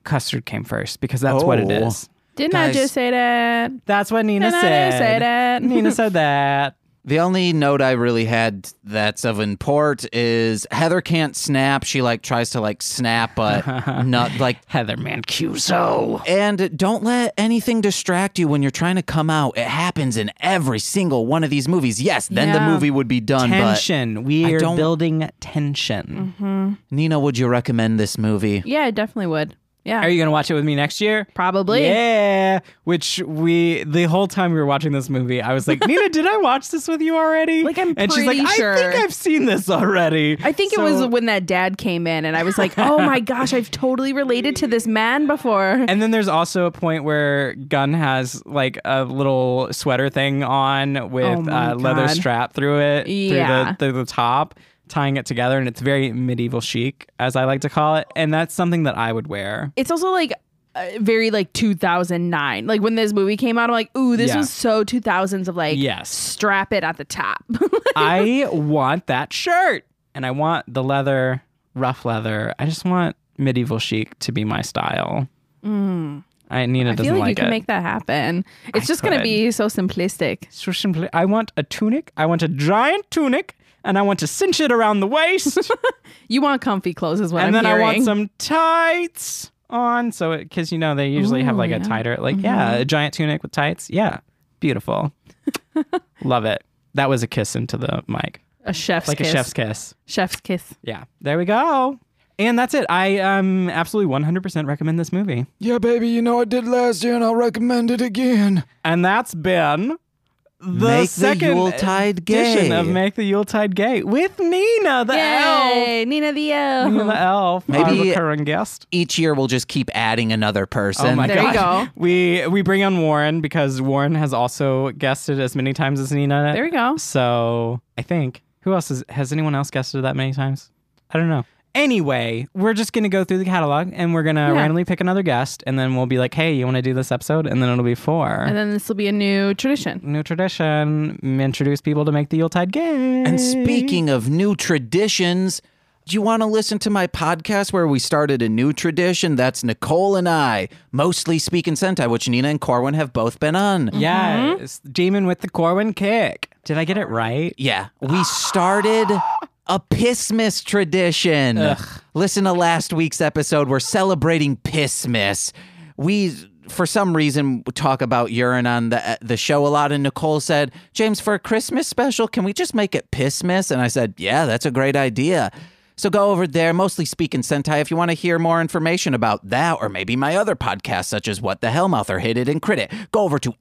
B: custard came first because that's what it
A: Oh.
B: is.
C: Didn't I
A: Guys.
C: just say that?
B: That's what Nina
C: Didn't I
B: said.
C: just say that?
B: Nina said that.
A: The only note I really had that's of import is Heather can't snap. She like tries to like snap, but not like.
B: Heather Mancuso.
A: And don't let anything distract you when you're trying to come out. It happens in every single one of these movies. Yes, then
C: Yeah.
A: the movie would be done.
B: Tension. We
A: I
B: are
A: don't-
B: building tension.
A: But Nina, would you recommend this movie?
C: Yeah, I definitely would. Yeah,
B: Are you going to watch it with me next year?
C: probably.
B: Yeah. Which we, the whole time we were watching this movie, I was like, Nina, did I watch this with you already?
C: Like, I'm
B: And she's like,
C: pretty
B: I think
C: sure."
B: I've seen this already.
C: I think it was when that dad came in, and I was like, "Oh my gosh, I've totally related to this man before."
B: And then there's also a point where Gunn has like a little sweater thing on
C: Oh
B: with
C: my
B: uh, leather
C: God.
B: strap through it, through,
C: Yeah.
B: the, through the top, tying it together. And it's very medieval chic, as I like to call it. And that's something that I would wear.
C: it's also like uh, very like 2009 like when this movie came out i'm like ooh this
B: Yeah.
C: was so 2000s of like
B: Yes.
C: strap it at the top
B: I want that shirt. And I want the leather, rough leather. I just want medieval chic to be my style. Hmm. I, Nina
C: i
B: doesn't
C: feel like, you
B: like,
C: can
B: it.
C: make that happen it's just gonna
B: could.
C: be so simplistic
B: So simply- I want a tunic. I want a giant tunic. And I want to cinch it around the waist.
C: you want comfy clothes is what
B: and
C: i'm
B: then I want
C: hearing.
B: some tights on. So, because you know, they usually have like a tighter, like, yeah, a giant tunic with tights. Yeah. Beautiful. Love it. That was a kiss into the mic,
C: a chef's
B: like
C: kiss
B: a chef's kiss.
C: chef's kiss
B: Yeah. There we go. And that's it. I um absolutely 100% recommend this movie.
A: Yeah, baby, you know I did last year and I'll recommend it again.
B: And that's been the
A: Make the
B: second
A: Yuletide
B: edition
A: Gay.
B: of Make the Yuletide Gay with Nina the elf.
C: Yay, nina the elf
B: Nina the elf, our
A: Maybe-
B: recurring guest.
A: Each year we'll just keep adding another person.
B: Oh my
C: There you
B: god.
C: go.
B: We we bring on Warren because Warren has also guested as many times as Nina.
C: there we go
B: So I think who else is, has anyone else guested that many times? I don't know. Anyway, we're just gonna go through the catalog and we're gonna
C: Yeah.
B: randomly pick another guest and then we'll be like, hey, you want to do this episode? And then it'll be four.
C: and then this will be a new tradition
B: New tradition: m- introduce people to make the Yuletide gay.
A: And speaking of new traditions, do you want to listen to my podcast where we started a new tradition? That's Nicole and I, mostly Speak and Sentai, which Nina and Corwin have both been on.
B: yes,
C: mm-hmm.
B: Demon with the Corwin kick. Did I get it right?
A: Yeah, we started a Pissmas tradition. Listen to last week's episode. We're celebrating Pissmas. We, for some reason, talk about urine on the uh, the show a lot. And Nicole said, "James, for a Christmas special, can we just make it Pissmas?" And I said, "Yeah, that's a great idea." So go over there, mostly speaking Sentai, if you want to hear more information about that or maybe my other podcasts, such as What the Hellmouth or Hit It and Crit It. Go over to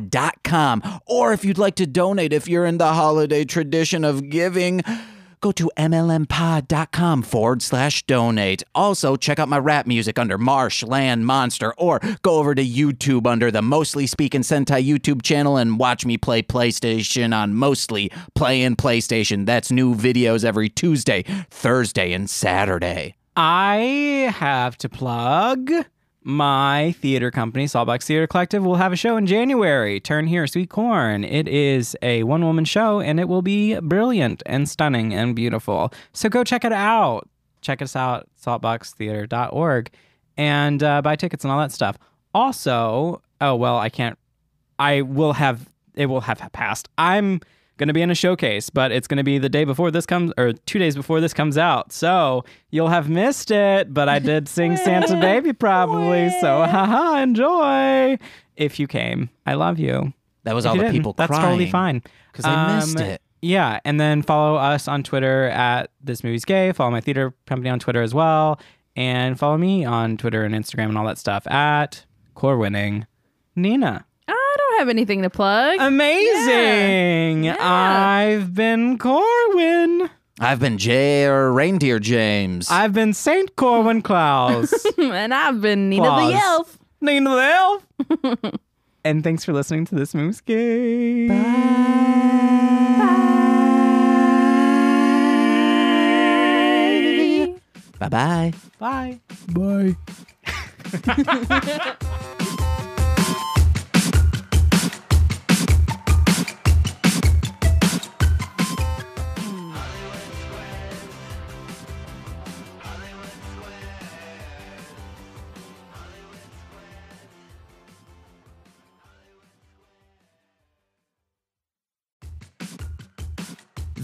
A: MLMpod.com. Or if you'd like to donate, if you're in the holiday tradition of giving, go to mlmpod.com forward slash donate. Also, check out my rap music under Marshland Monster or go over to YouTube under the Mostly Speaking Sentai YouTube channel and watch me play PlayStation on Mostly Playing PlayStation. That's new videos every Tuesday, Thursday, and Saturday.
B: I have to plug my theater company, Sawbox Theater Collective, will have a show in January. Turn here, Sweet Corn. It is a one woman show and it will be brilliant and stunning and beautiful. So go check it out. Check us out, saltboxtheater.org, and uh, buy tickets and all that stuff. Also, oh, well, I can't, I will have, it will have passed. I'm going to be in a showcase, but it's going to be the day before this comes, or two days before this comes out. So you'll have missed it, but I did sing Santa Baby probably. So haha, enjoy. If you came, I love you.
A: That was
B: If
A: all
B: you
A: the
B: didn't,
A: people
B: That's
A: crying.
B: totally fine.
A: 'Cause I missed it.
B: Yeah, and then follow us on Twitter at This Movie's Gay. Follow my theater company on Twitter as well, and follow me on Twitter and Instagram and all that stuff at Core Winning Nina.
C: I don't have anything to plug.
B: Um, Amazing!
C: Yeah.
B: I've been Corwin.
A: I've been J or Reindeer James.
B: I've been Saint Corwin Klaus.
C: and I've been Nina
B: Claus.
C: the Elf.
B: Nina the Elf. and thanks for listening to this Moose Game.
A: bye bye.
B: Bye.
A: Bye.